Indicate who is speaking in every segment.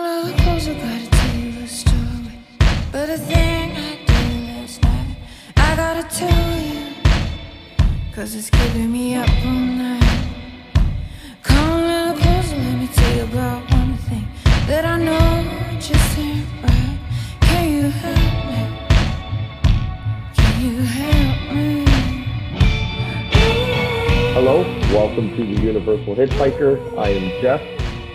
Speaker 1: was about to tell you a story, but a thing I did last night, I gotta tell you, cause it's keeping me up all night. Come a little closer, let me tell you about one thing that I know just ain't right. Can you help me? Can you help me?
Speaker 2: Hello, welcome to the Universal Hitchhiker. I am Jeff.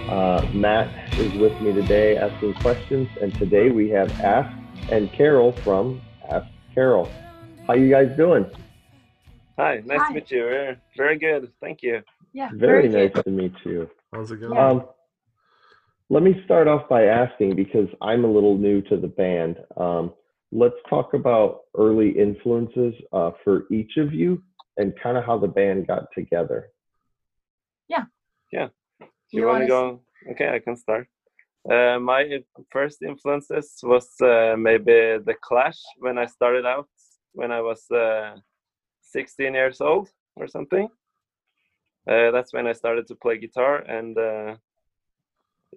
Speaker 2: Uh, Matt is with me today asking questions, and today we have Ask and Carol from Ask Carol. How you guys doing?
Speaker 3: Hi, nice
Speaker 4: Hi.
Speaker 3: to meet you. Very, very good. Thank you.
Speaker 4: Yeah.
Speaker 2: Very,
Speaker 4: good.
Speaker 2: nice to meet you.
Speaker 5: How's it going?
Speaker 4: Yeah.
Speaker 2: Um, let me start off by asking because I'm a little new to the band. Um, let's talk about early influences uh, for each of you and kind of how the band got together.
Speaker 3: You,
Speaker 4: You
Speaker 3: want to
Speaker 4: wanna
Speaker 3: go? Okay, I can start. Uh, my in- first influences was uh, maybe The Clash when I started out when I was uh, 16 years old or something. Uh, that's when I started to play guitar, and uh,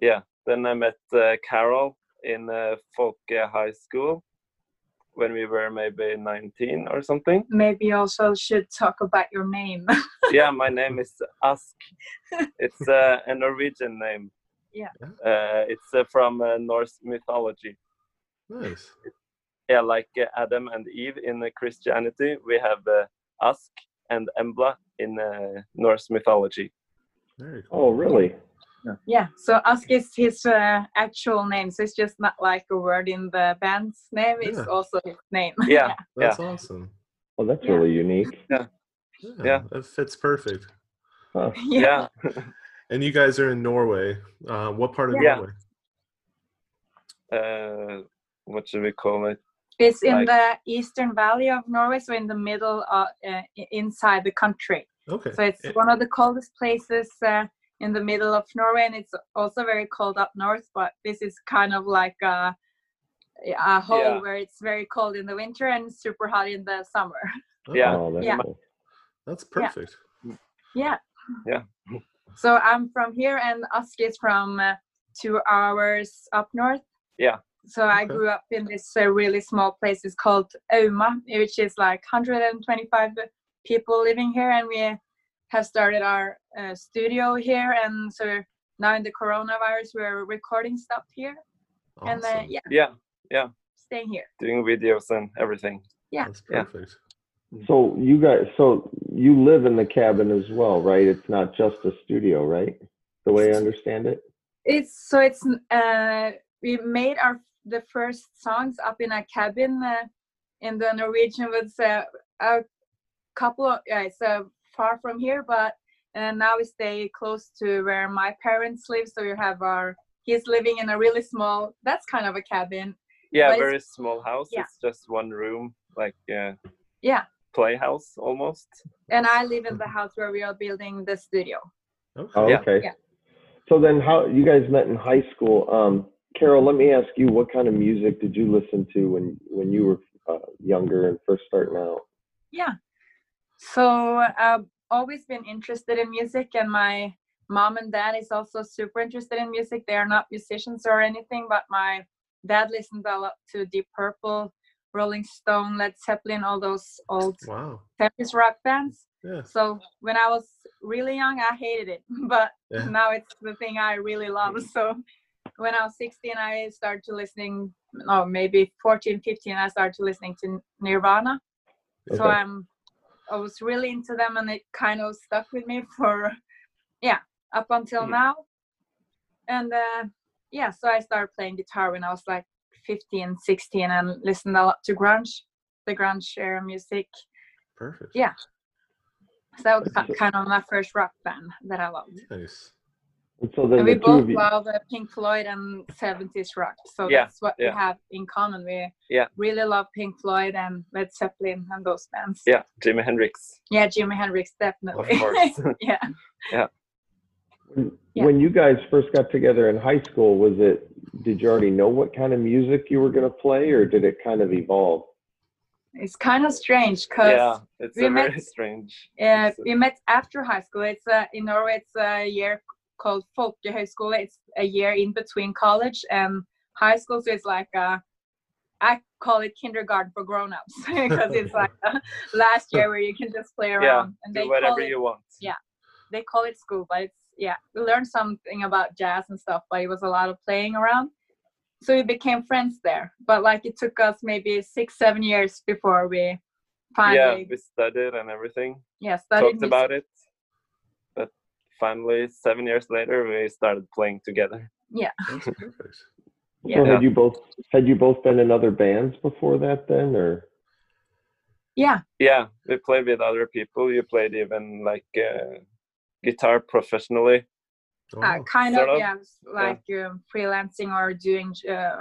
Speaker 3: yeah, then I met uh, Carol in uh, Folke High School when we were maybe 19 or something.
Speaker 4: Maybe you also should talk about your name.
Speaker 3: yeah, my name is Ask. It's uh, a Norwegian name.
Speaker 4: Yeah.
Speaker 3: Uh, it's uh, from uh, Norse mythology.
Speaker 5: Nice.
Speaker 3: Yeah, like uh, Adam and Eve in uh, Christianity, we have uh, Ask and Embla in uh, Norse mythology.
Speaker 5: Very cool.
Speaker 2: Oh, really?
Speaker 4: yeah. So Ask is his uh, actual name. So it's just not like a word in the band's name. It's
Speaker 5: Yeah.
Speaker 4: also his name.
Speaker 3: Yeah,
Speaker 5: That's awesome.
Speaker 2: Well, Oh, that's
Speaker 4: Yeah.
Speaker 2: really unique.
Speaker 5: Yeah,
Speaker 3: Yeah.
Speaker 5: That fits perfect.
Speaker 2: Huh.
Speaker 3: yeah.
Speaker 5: And you guys are in Norway. Uh, what part of
Speaker 3: Yeah.
Speaker 5: Norway?
Speaker 3: Uh, what should we call it?
Speaker 4: It's in
Speaker 3: Like-
Speaker 4: the eastern valley of Norway, so in the middle, of, uh, i- inside the country.
Speaker 5: Okay. Eh,
Speaker 4: So it's
Speaker 5: A-
Speaker 4: one of the coldest places uh, in the middle of Norway, and it's also very cold up north. But this is kind of like a, a hole
Speaker 3: Yeah.
Speaker 4: where it's very cold in the winter and super hot in the summer.
Speaker 5: oh,
Speaker 3: Yeah.
Speaker 2: Oh, that's
Speaker 4: Yeah.
Speaker 2: cool.
Speaker 5: That's perfect.
Speaker 4: Yeah.
Speaker 3: Yeah.
Speaker 4: So I'm from here, and Ask is from uh, two hours up north.
Speaker 3: Yeah.
Speaker 4: So I
Speaker 5: Okay.
Speaker 4: grew up in this uh, really small place. It's called Oma, which is like 125 people living here, and we have started our uh, studio here. And so now in the coronavirus, we're recording stuff here, and uh,
Speaker 5: Awesome.
Speaker 4: yeah,
Speaker 3: Yeah,
Speaker 4: staying here.
Speaker 3: doing videos and everything.
Speaker 4: yeah.
Speaker 5: That's
Speaker 3: Yeah.
Speaker 5: perfect.
Speaker 2: So you guys, so you live in the cabin as well, right? It's not just a studio, right? The way I understand it.
Speaker 4: it's so it's n- uh we made our the first songs up in a cabin uh, in the norwegian was uh, a couple of yeah it's uh, far from here but uh, now we stay close to where my parents live so we have our he's living in a really small that's kind of a cabin
Speaker 3: Yeah,
Speaker 4: But it's-
Speaker 3: very small house.
Speaker 4: Yeah.
Speaker 3: It's just one room, like uh,
Speaker 4: Yeah.
Speaker 3: playhouse almost.
Speaker 4: and i live in the house where we are building the studio
Speaker 5: Okay.
Speaker 2: Oh,
Speaker 3: Yeah.
Speaker 2: okay.
Speaker 4: Yeah.
Speaker 2: So then, how you guys met in high school? Um, Carol, let me ask you, what kind of music did you listen to when when you were uh, younger and first starting out?
Speaker 4: So I've always been interested in music, and my mom and dad is also super interested in music. They are not musicians or anything, but my dad listened a lot to Deep Purple, Rolling Stone, Led Zeppelin, all those old
Speaker 5: Wow.
Speaker 4: 70s rock bands.
Speaker 5: Yeah.
Speaker 4: So when I was really young, I hated it, but
Speaker 5: Yeah. Mm.
Speaker 4: now it's the thing I really love. So when I was 16, I started to listening, no, maybe 14, 15, I started to listening to Nirvana so
Speaker 2: Okay.
Speaker 4: i'm i was really into them and it kind of stuck with me for yeah up until
Speaker 3: Mhm.
Speaker 4: now and uh yeah so i started playing guitar when i was like 15 16 and listened a lot to grunge the grunge era music
Speaker 5: Perfect.
Speaker 4: yeah. so that was
Speaker 2: Okay.
Speaker 4: ki- kind of my first rock band that i loved
Speaker 5: Nice.
Speaker 2: And so then
Speaker 4: and we
Speaker 2: the two
Speaker 4: both
Speaker 2: of you.
Speaker 4: love uh, pink floyd and 70s rock so
Speaker 3: Yeah,
Speaker 4: that's what
Speaker 3: yeah.
Speaker 4: we have in common we
Speaker 3: Yeah.
Speaker 4: really love pink floyd and led zeppelin and those bands
Speaker 3: Yeah, Jimi Hendrix,
Speaker 4: yeah jimi hendrix
Speaker 3: of
Speaker 4: definitely
Speaker 3: course.
Speaker 4: yeah
Speaker 2: when-
Speaker 4: yeah.
Speaker 2: When you guys first got together in high school, was it? Did you already know what kind of music you were going to play, or did it kind of evolve?
Speaker 4: It's kind of
Speaker 3: yeah,
Speaker 4: strange because
Speaker 3: it's
Speaker 4: we
Speaker 3: a very
Speaker 4: met-
Speaker 3: strange.
Speaker 4: uh,
Speaker 3: it's a-
Speaker 4: we met after high school. It's uh, in Norway. It's a year called Folkehøyskole. It's a year in between college and high school. So it's like uh, I call it kindergarten for grown-ups because it's like uh, last year where you can just play around and
Speaker 3: Do
Speaker 4: they
Speaker 3: whatever
Speaker 4: call it
Speaker 3: you want.
Speaker 4: they call it school, but it's yeah, we learned something about jazz and stuff, but it was a lot of playing around. So we became friends there. But like it took us maybe six, seven years before we
Speaker 3: yeah,
Speaker 4: finally
Speaker 3: we studied and everything.
Speaker 4: yeah, studied
Speaker 3: talked
Speaker 4: music.
Speaker 3: about it. But finally, seven years later, we started playing together.
Speaker 5: That's perfect.
Speaker 2: So
Speaker 4: Yeah.
Speaker 2: had you both had you both been in other bands before that then or
Speaker 4: yeah.
Speaker 3: Yeah, we played with other people. You played even like uh, guitar professionally.
Speaker 5: Oh,
Speaker 4: Uh, kind
Speaker 3: Sort
Speaker 4: of,
Speaker 3: of,
Speaker 4: yeah, s- like um, freelancing or doing uh,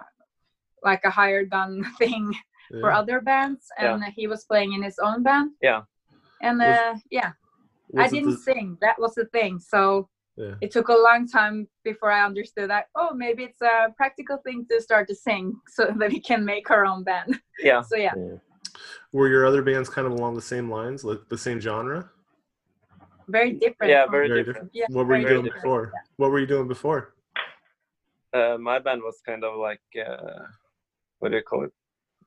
Speaker 4: like a hired done thing for
Speaker 5: yeah.
Speaker 4: other bands,
Speaker 3: Yeah.
Speaker 4: and he was playing in his own band.
Speaker 3: Yeah.
Speaker 4: and uh,
Speaker 5: Was-
Speaker 4: yeah, I
Speaker 5: Was it
Speaker 4: didn't
Speaker 5: the-
Speaker 4: sing. That was the thing. So
Speaker 5: yeah.
Speaker 4: it took a long time before I understood that. Oh, maybe it's a practical thing to start to sing so that we can make our own band.
Speaker 3: Yeah,
Speaker 4: So yeah,
Speaker 5: Were your other bands kind of along the same lines, like the same genre?
Speaker 4: very different.
Speaker 3: yeah,
Speaker 4: from-
Speaker 3: very,
Speaker 5: Very
Speaker 3: different.
Speaker 4: yeah,
Speaker 5: What were you
Speaker 4: very
Speaker 5: doing
Speaker 4: different.
Speaker 5: before? What were you doing before?
Speaker 3: Uh, my band was kind of like uh, what do you call it?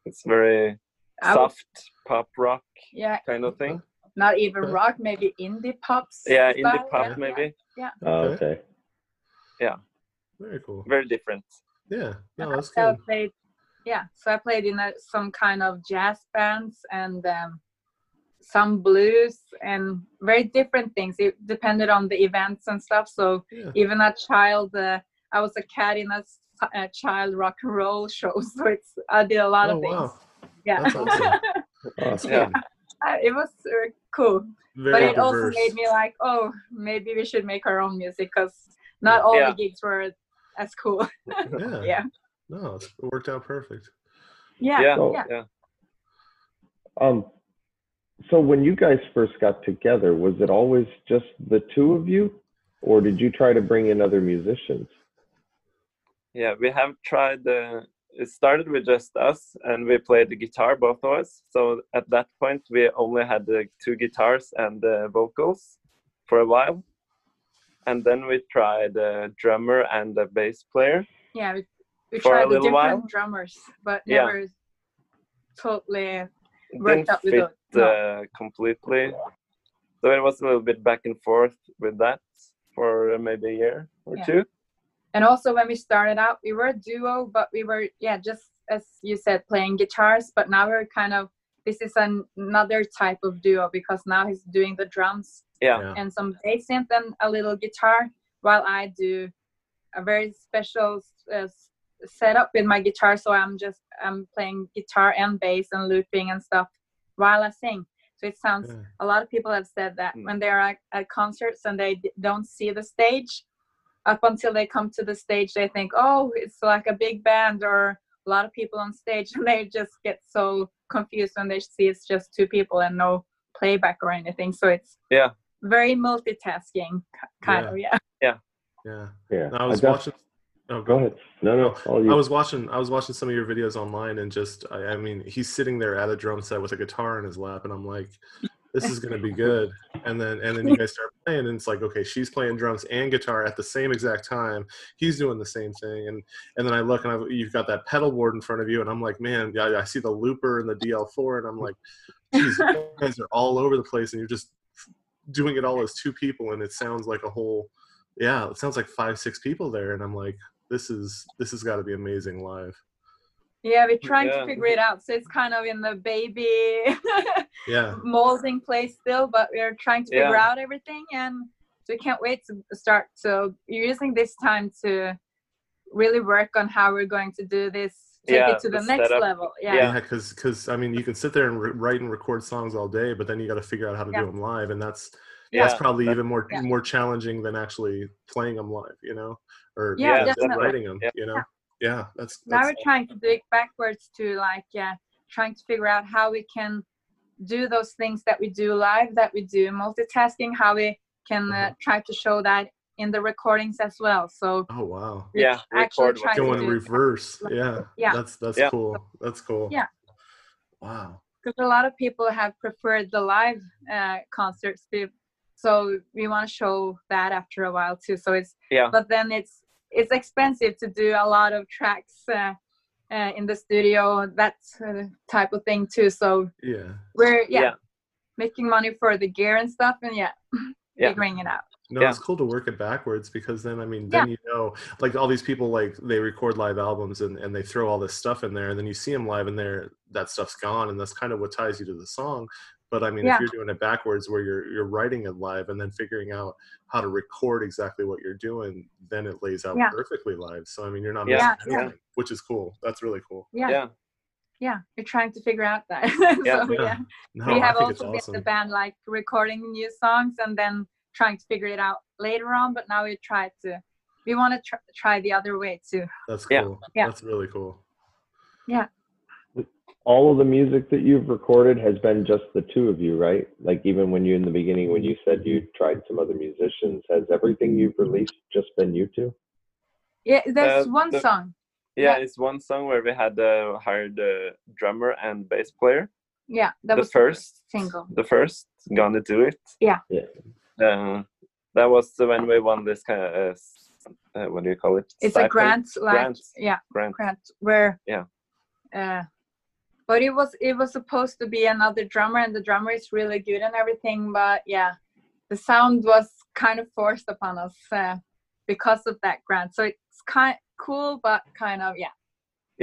Speaker 3: It's very
Speaker 4: I would-
Speaker 3: soft pop rock
Speaker 4: Yeah,
Speaker 3: kind of thing.
Speaker 4: not even
Speaker 5: Okay.
Speaker 4: rock, maybe indie pops.
Speaker 3: Yeah,
Speaker 4: style,
Speaker 3: indie pop
Speaker 4: yeah,
Speaker 3: maybe.
Speaker 2: Oh,
Speaker 5: Okay.
Speaker 2: okay.
Speaker 5: Very cool.
Speaker 3: Very different.
Speaker 5: Yeah. No, Oh, that's
Speaker 4: Uh, So I
Speaker 5: good.
Speaker 4: played, yeah, so I played in a, some kind of jazz bands and um, some blues and very different things. It depended on the events and stuff. So
Speaker 5: Yeah.
Speaker 4: even a child, uh, I was a cat in a, s- a child rock and roll show. So it's, I did a lot
Speaker 5: Oh
Speaker 4: of things.
Speaker 5: wow.
Speaker 4: Yeah,
Speaker 5: That's awesome.
Speaker 2: Awesome.
Speaker 3: Yeah.
Speaker 4: Uh, it was uh, cool, but
Speaker 5: Very
Speaker 4: it also
Speaker 5: diverse.
Speaker 4: made me like, oh, maybe we should make our own music because not all
Speaker 3: Yeah.
Speaker 4: the gigs were as cool.
Speaker 5: Yeah.
Speaker 4: yeah.
Speaker 5: No, it's- it worked out perfect.
Speaker 4: Yeah,
Speaker 3: Yeah,
Speaker 2: Oh.
Speaker 4: yeah.
Speaker 3: yeah.
Speaker 2: Um so when you guys first got together, was it always just the two of you? Or did you try to bring in other musicians?
Speaker 3: Yeah, we have tried. Uh, it started with just us, and we played the guitar, both of us. So at that point, we only had the two guitars and the vocals for a while, and then we tried a drummer and a bass player.
Speaker 4: Yeah, we, we
Speaker 3: For a
Speaker 4: tried the
Speaker 3: little
Speaker 4: different
Speaker 3: while.
Speaker 4: drummers, but
Speaker 3: Yeah.
Speaker 4: never totally
Speaker 3: It
Speaker 4: worked
Speaker 3: didn't
Speaker 4: out with
Speaker 3: fit
Speaker 4: those. No.
Speaker 3: uh, completely, so it was a little bit back and forth with that for maybe a year or
Speaker 4: Yeah.
Speaker 3: two.
Speaker 4: And also when we started out, we were a duo, but we were yeah, just as you said, playing guitars. But now we're kind of this is an, another type of duo because now he's doing the drums
Speaker 3: Yeah,
Speaker 4: and some bass synth and a little guitar, while I do a very special uh, s- setup with my guitar. So I'm just I'm playing guitar and bass and looping and stuff while I sing. So it sounds
Speaker 5: Yeah.
Speaker 4: a lot of people have said that
Speaker 3: Mm.
Speaker 4: when they're at, at concerts and they d- don't see the stage up until they come to the stage they think oh it's like a big band or a lot of people on stage and they just get so confused when they see it's just two people and no playback or anything so it's
Speaker 3: Yeah.
Speaker 4: very multitasking k- kind
Speaker 5: Yeah.
Speaker 4: of yeah
Speaker 5: Yeah.
Speaker 2: Yeah.
Speaker 5: I was
Speaker 2: def-
Speaker 5: watching. Oh,
Speaker 2: Go ahead. No, no. All you.
Speaker 5: I was watching. I was watching some of your videos online, and just I, I mean, he's sitting there at a drum set with a guitar in his lap, and I'm like, this is gonna be good. And then and then you guys start playing, and it's like, okay, she's playing drums and guitar at the same exact time. He's doing the same thing, and and then I look and I've, you've got that pedal board in front of you, and I'm like, man, I, I see the looper and the DL4, and I'm like, geez, you guys are all over the place, and you're just doing it all as two people, and it sounds like a whole. Yeah, it sounds like five, six people there, and I'm like, this is this has got to be amazing live.
Speaker 4: yeah we're trying
Speaker 3: Yeah.
Speaker 4: to figure it out so it's kind of in the baby
Speaker 5: Yeah,
Speaker 4: molding place still, but we're trying to figure
Speaker 3: Yeah.
Speaker 4: out everything, and so we can't wait to start. So you're using this time to really work on how we're going to do this, take
Speaker 3: Yeah,
Speaker 4: it to
Speaker 3: the
Speaker 4: the, next
Speaker 3: setup.
Speaker 4: level. Yeah.
Speaker 3: Yeah.
Speaker 5: yeah, because because I mean, you can sit there and re- write and record songs all day, but then you got to figure out how to
Speaker 4: Yeah.
Speaker 5: do them live, and that's
Speaker 3: yeah,
Speaker 5: that's probably even more
Speaker 4: yeah.
Speaker 5: more challenging than actually playing them live, you know, or
Speaker 4: Yeah,
Speaker 5: than
Speaker 4: definitely.
Speaker 5: writing them,
Speaker 3: Yeah.
Speaker 5: you know. Yeah, that's,
Speaker 4: now
Speaker 5: that's
Speaker 4: we're trying to do it backwards to like yeah, trying to figure out how we can do those things that we do live, that we do multitasking, how we can
Speaker 3: Mm-hmm.
Speaker 4: uh, try to show that in the recordings as well. So
Speaker 5: oh wow,
Speaker 4: we're
Speaker 3: Yeah,
Speaker 4: actually
Speaker 3: record what-
Speaker 4: trying
Speaker 5: going
Speaker 4: to do
Speaker 5: reverse. Yeah,
Speaker 4: Yeah.
Speaker 5: that's that's
Speaker 3: Yeah.
Speaker 5: cool. That's cool.
Speaker 4: Yeah.
Speaker 5: Wow.
Speaker 4: because a lot of people have preferred the live uh, concerts be- so we want to show that after a while too so it's
Speaker 3: Yeah.
Speaker 4: but then it's it's expensive to do a lot of tracks uh, uh, in the studio, that uh, type of thing too. So
Speaker 5: Yeah.
Speaker 4: we're yeah,
Speaker 3: Yeah.
Speaker 4: making money for the gear and stuff, and yeah,
Speaker 3: Yeah.
Speaker 4: figuring it out.
Speaker 5: No,
Speaker 3: Yeah.
Speaker 5: it's cool to work it backwards because then I mean then you know like all these people like they record live albums and, and they throw all this stuff in there and then you see them live and there that stuff's gone and that's kind of what ties you to the song. But I mean
Speaker 4: Yeah.
Speaker 5: if you're doing it backwards where you're you're writing it live and then figuring out how to record exactly what you're doing, then it lays out
Speaker 4: Yeah.
Speaker 5: perfectly live. So I mean you're not
Speaker 3: Yeah,
Speaker 5: missing
Speaker 4: yeah.
Speaker 5: anything, which is cool. That's really cool.
Speaker 4: Yeah, yeah,
Speaker 3: Yeah.
Speaker 4: we're trying to figure out that.
Speaker 3: Yeah.
Speaker 4: so, Oh, yeah.
Speaker 5: No,
Speaker 4: we
Speaker 5: Oh, I
Speaker 4: have
Speaker 5: think it's
Speaker 4: also been the
Speaker 5: awesome.
Speaker 4: band like recording new songs and then trying to figure it out later on but now we try to we want to tr- try the other way too
Speaker 5: That's
Speaker 3: Yeah.
Speaker 5: cool.
Speaker 4: Yeah.
Speaker 5: That's really cool.
Speaker 2: All of the music that you've recorded has been just the two of you, right? Like even when you in the beginning when you said you tried some other musicians, has everything you've released just been you two?
Speaker 4: yeah there's
Speaker 3: Uh,
Speaker 4: one
Speaker 3: the-
Speaker 4: song
Speaker 3: Yeah,
Speaker 4: Yeah.
Speaker 3: it's one song where we had uh, hired a drummer and bass player.
Speaker 4: yeah that
Speaker 3: the
Speaker 4: was
Speaker 3: first
Speaker 4: single
Speaker 3: The first, Gonna Do It.
Speaker 4: Yeah.
Speaker 2: Yeah.
Speaker 3: Uh, that was when we won this kind of, uh, s- uh, what do you call it?
Speaker 4: it's a
Speaker 3: Stipend?
Speaker 4: grant like
Speaker 3: Grant.
Speaker 4: yeah
Speaker 3: Grant.
Speaker 4: grant where
Speaker 3: Yeah.
Speaker 4: uh but it was it was supposed to be another drummer and the drummer is really good and everything but yeah the sound was kind of forced upon us uh, because of that grant so it's kind cool but kind of yeah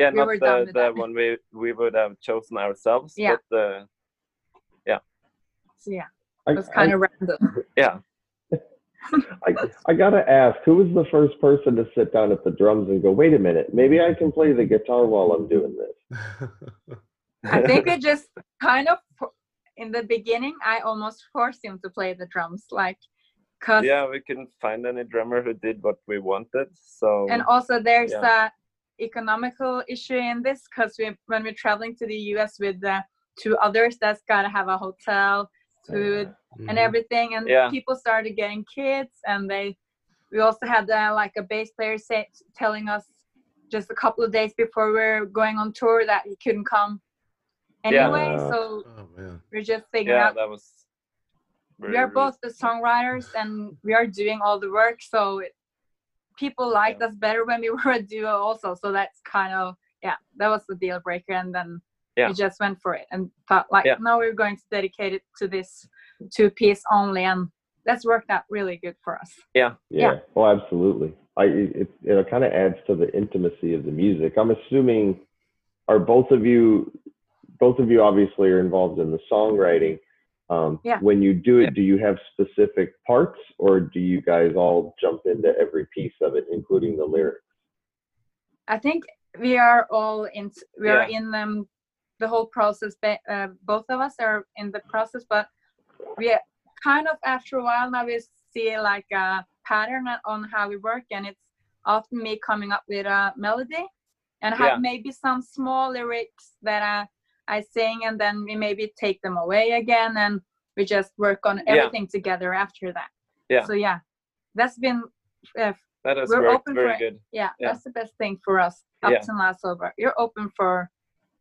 Speaker 3: Yeah,
Speaker 4: We
Speaker 3: not
Speaker 4: were done
Speaker 3: the,
Speaker 4: with
Speaker 3: the
Speaker 4: that.
Speaker 3: one we, we would have chosen ourselves,
Speaker 4: Yeah.
Speaker 3: but uh,
Speaker 4: so yeah
Speaker 2: I,
Speaker 4: It was kind of random.
Speaker 3: yeah.
Speaker 2: I, I gotta ask, who was the first person to sit down at the drums and go, wait a minute, maybe I can play the guitar while I'm doing this?
Speaker 4: I think it just kind of fo- in the beginning. I almost forced him to play the drums, like, cause
Speaker 3: yeah, we couldn't find any drummer who did what we wanted. So
Speaker 4: and also there's a economical issue in this, cause we when we're traveling to the U.S. with the two others, that's gotta have a hotel, food,
Speaker 5: Mm-hmm.
Speaker 4: and everything, and
Speaker 3: Mm-hmm. Yeah.
Speaker 4: people started getting kids, and they we also had uh, like a bass player say, telling us just a couple of days before we we're going on tour that he couldn't come
Speaker 3: Yeah.
Speaker 4: anyway,
Speaker 2: Uh,
Speaker 4: so
Speaker 5: Oh man.
Speaker 4: we're just figuring
Speaker 3: yeah,
Speaker 4: out
Speaker 3: that was.
Speaker 4: we are both the songwriters and we are doing all the work so it, people liked us better when we were a duo also so that's kind of yeah that was the deal breaker and then
Speaker 3: Yeah.
Speaker 4: we just went for it and thought like
Speaker 3: Yeah.
Speaker 4: no we're going to dedicate it to this two piece only and that's worked out really good for us
Speaker 2: Yeah. Oh, absolutely. I it it, it kind of adds to the intimacy of the music. I'm assuming are both of you both of you obviously are involved in the songwriting. Um,
Speaker 4: Yeah.
Speaker 2: When you do it,
Speaker 3: Yeah.
Speaker 2: do you have specific parts, or do you guys all jump into every piece of it, including the lyrics?
Speaker 4: i think we are all in we are
Speaker 3: Yeah.
Speaker 4: in um, the whole process ba- uh, both of us are in the process but we kind of after a while now we see like a pattern on how we work and it's often me coming up with a melody and have
Speaker 3: Yeah.
Speaker 4: maybe some small lyrics that I, I sing and then we maybe take them away again and we just work on
Speaker 3: Yeah.
Speaker 4: everything together after that
Speaker 3: Yeah.
Speaker 4: so yeah that's been uh,
Speaker 3: That has
Speaker 4: we're
Speaker 3: worked
Speaker 4: open
Speaker 3: very
Speaker 4: for-
Speaker 3: good. Yeah.
Speaker 4: yeah, that's the best thing for us up
Speaker 3: Yeah.
Speaker 4: to now sober. You're open for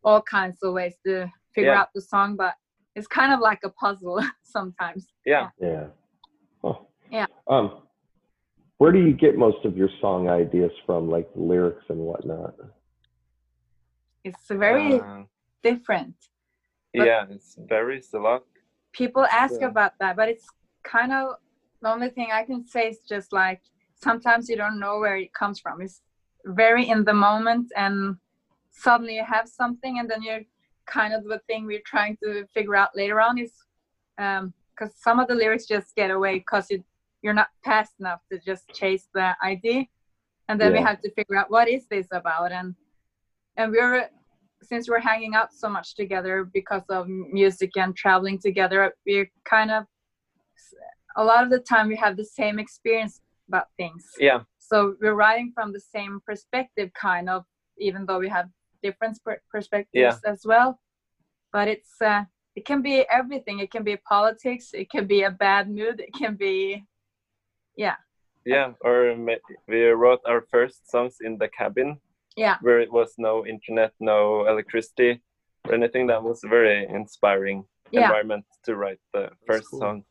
Speaker 4: all kinds of ways to figure
Speaker 3: Yeah.
Speaker 4: out the song, but it's kind of like a puzzle sometimes.
Speaker 3: Yeah.
Speaker 2: Yeah. Oh.
Speaker 4: Yeah.
Speaker 2: Um, where do you get most of your song ideas from, like the lyrics and whatnot?
Speaker 4: It's very
Speaker 3: Uh,
Speaker 4: different. but-
Speaker 3: yeah, it's varies a lot.
Speaker 4: People ask
Speaker 3: Yeah.
Speaker 4: about that, but it's kind of the only thing I can say is just like sometimes you don't know where it comes from. It's very in the moment, and suddenly you have something, and then you're kind of the thing we're trying to figure out later on is because some of the lyrics just get away because you you're not fast enough to just chase the idea, and then we
Speaker 2: Yeah.
Speaker 4: have to figure out what is this about, and and we're since we're hanging out so much together because of music and traveling together, we're kind of a lot of the time we have the same experience about things.
Speaker 3: Yeah,
Speaker 4: So we're writing from the same perspective, kind of, even though we have different per- perspectives as well. But it's uh, it can be everything. It can be politics. It can be a bad mood. It can be
Speaker 3: yeah. Or ma- we wrote our first songs in the cabin
Speaker 4: yeah,
Speaker 3: where it was no internet, no electricity, or anything. That was a very inspiring
Speaker 4: yeah.
Speaker 3: environment to write the first
Speaker 5: cool.
Speaker 3: song.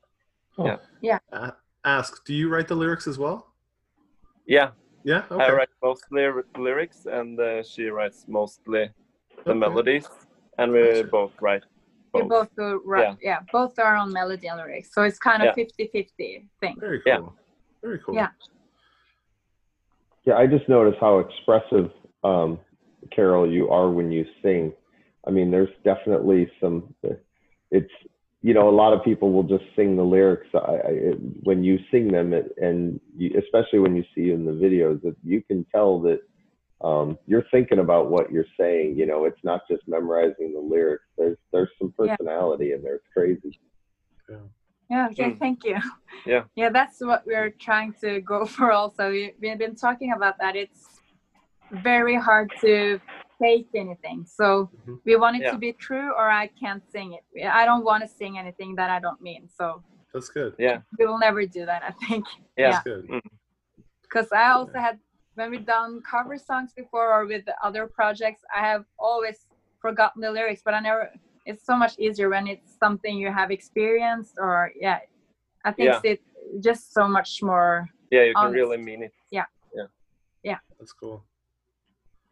Speaker 5: A- ask, do you write the lyrics as well?
Speaker 3: Yeah,
Speaker 5: Yeah.
Speaker 3: I
Speaker 5: Okay.
Speaker 3: write mostly r- lyrics, and uh, she writes mostly the
Speaker 5: Okay.
Speaker 3: melodies, and we
Speaker 5: Gotcha.
Speaker 3: both write
Speaker 4: We
Speaker 3: both.
Speaker 4: both do, yeah. yeah, both are on melody and lyrics. So it's kind of 50-50 thing.
Speaker 5: Very cool.
Speaker 3: Yeah.
Speaker 5: Very cool.
Speaker 4: Yeah.
Speaker 2: Yeah, I just noticed how expressive, um, Carol, you are when you sing. I mean, there's definitely some. It's you know, a lot of people will just sing the lyrics. I, I it, when you sing them, it, and you, especially when you see in the videos, that you can tell that um, you're thinking about what you're saying. You know, it's not just memorizing the lyrics. There's there's some
Speaker 4: Yeah.
Speaker 2: personality in there. It's crazy.
Speaker 4: Yeah, okay,
Speaker 3: Mm.
Speaker 4: thank you.
Speaker 3: Yeah.
Speaker 4: Yeah, that's what we're trying to go for also. We, we've been talking about that. It's very hard to fake anything. So
Speaker 5: Mhm.
Speaker 4: we want it
Speaker 3: Mm-hmm. Yeah.
Speaker 4: to be true or I can't sing it. Yeah, I don't want to sing anything that I don't mean. So
Speaker 5: That's good.
Speaker 3: Yeah,
Speaker 4: we will never do that, I think.
Speaker 3: yeah,
Speaker 5: That's good.
Speaker 4: Because I also had, when we've done cover songs before or with the other projects, I have always forgotten the lyrics, but I never, it's so much easier when it's something you have experienced or, yeah. I think
Speaker 3: Yeah.
Speaker 4: it's just so much more
Speaker 3: yeah. You can
Speaker 4: Honest.
Speaker 3: really mean it.
Speaker 5: That's cool.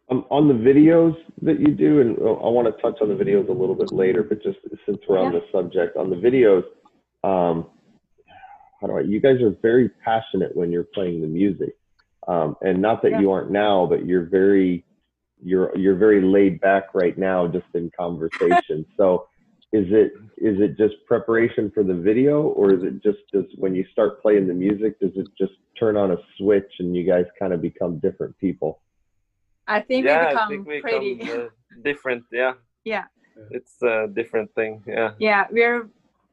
Speaker 2: Um, on the videos that you do, and uh, I want to touch on the videos a little bit later, but just since we're on
Speaker 4: Yeah.
Speaker 2: the subject, on the videos, um, how do I? You guys are very passionate when you're playing the music, um, and not that
Speaker 4: Yeah.
Speaker 2: you aren't now, but you're very, you're you're very laid back right now, just in conversation. so, is it is it just preparation for the video, or is it just does when you start playing the music, does it just turn on a switch and you guys kind of become different people?
Speaker 4: I think
Speaker 3: yeah,
Speaker 4: we become
Speaker 3: I think we
Speaker 4: pretty.
Speaker 3: become uh, different. Yeah.
Speaker 4: Yeah.
Speaker 3: It's a different thing. Yeah.
Speaker 4: yeah, we're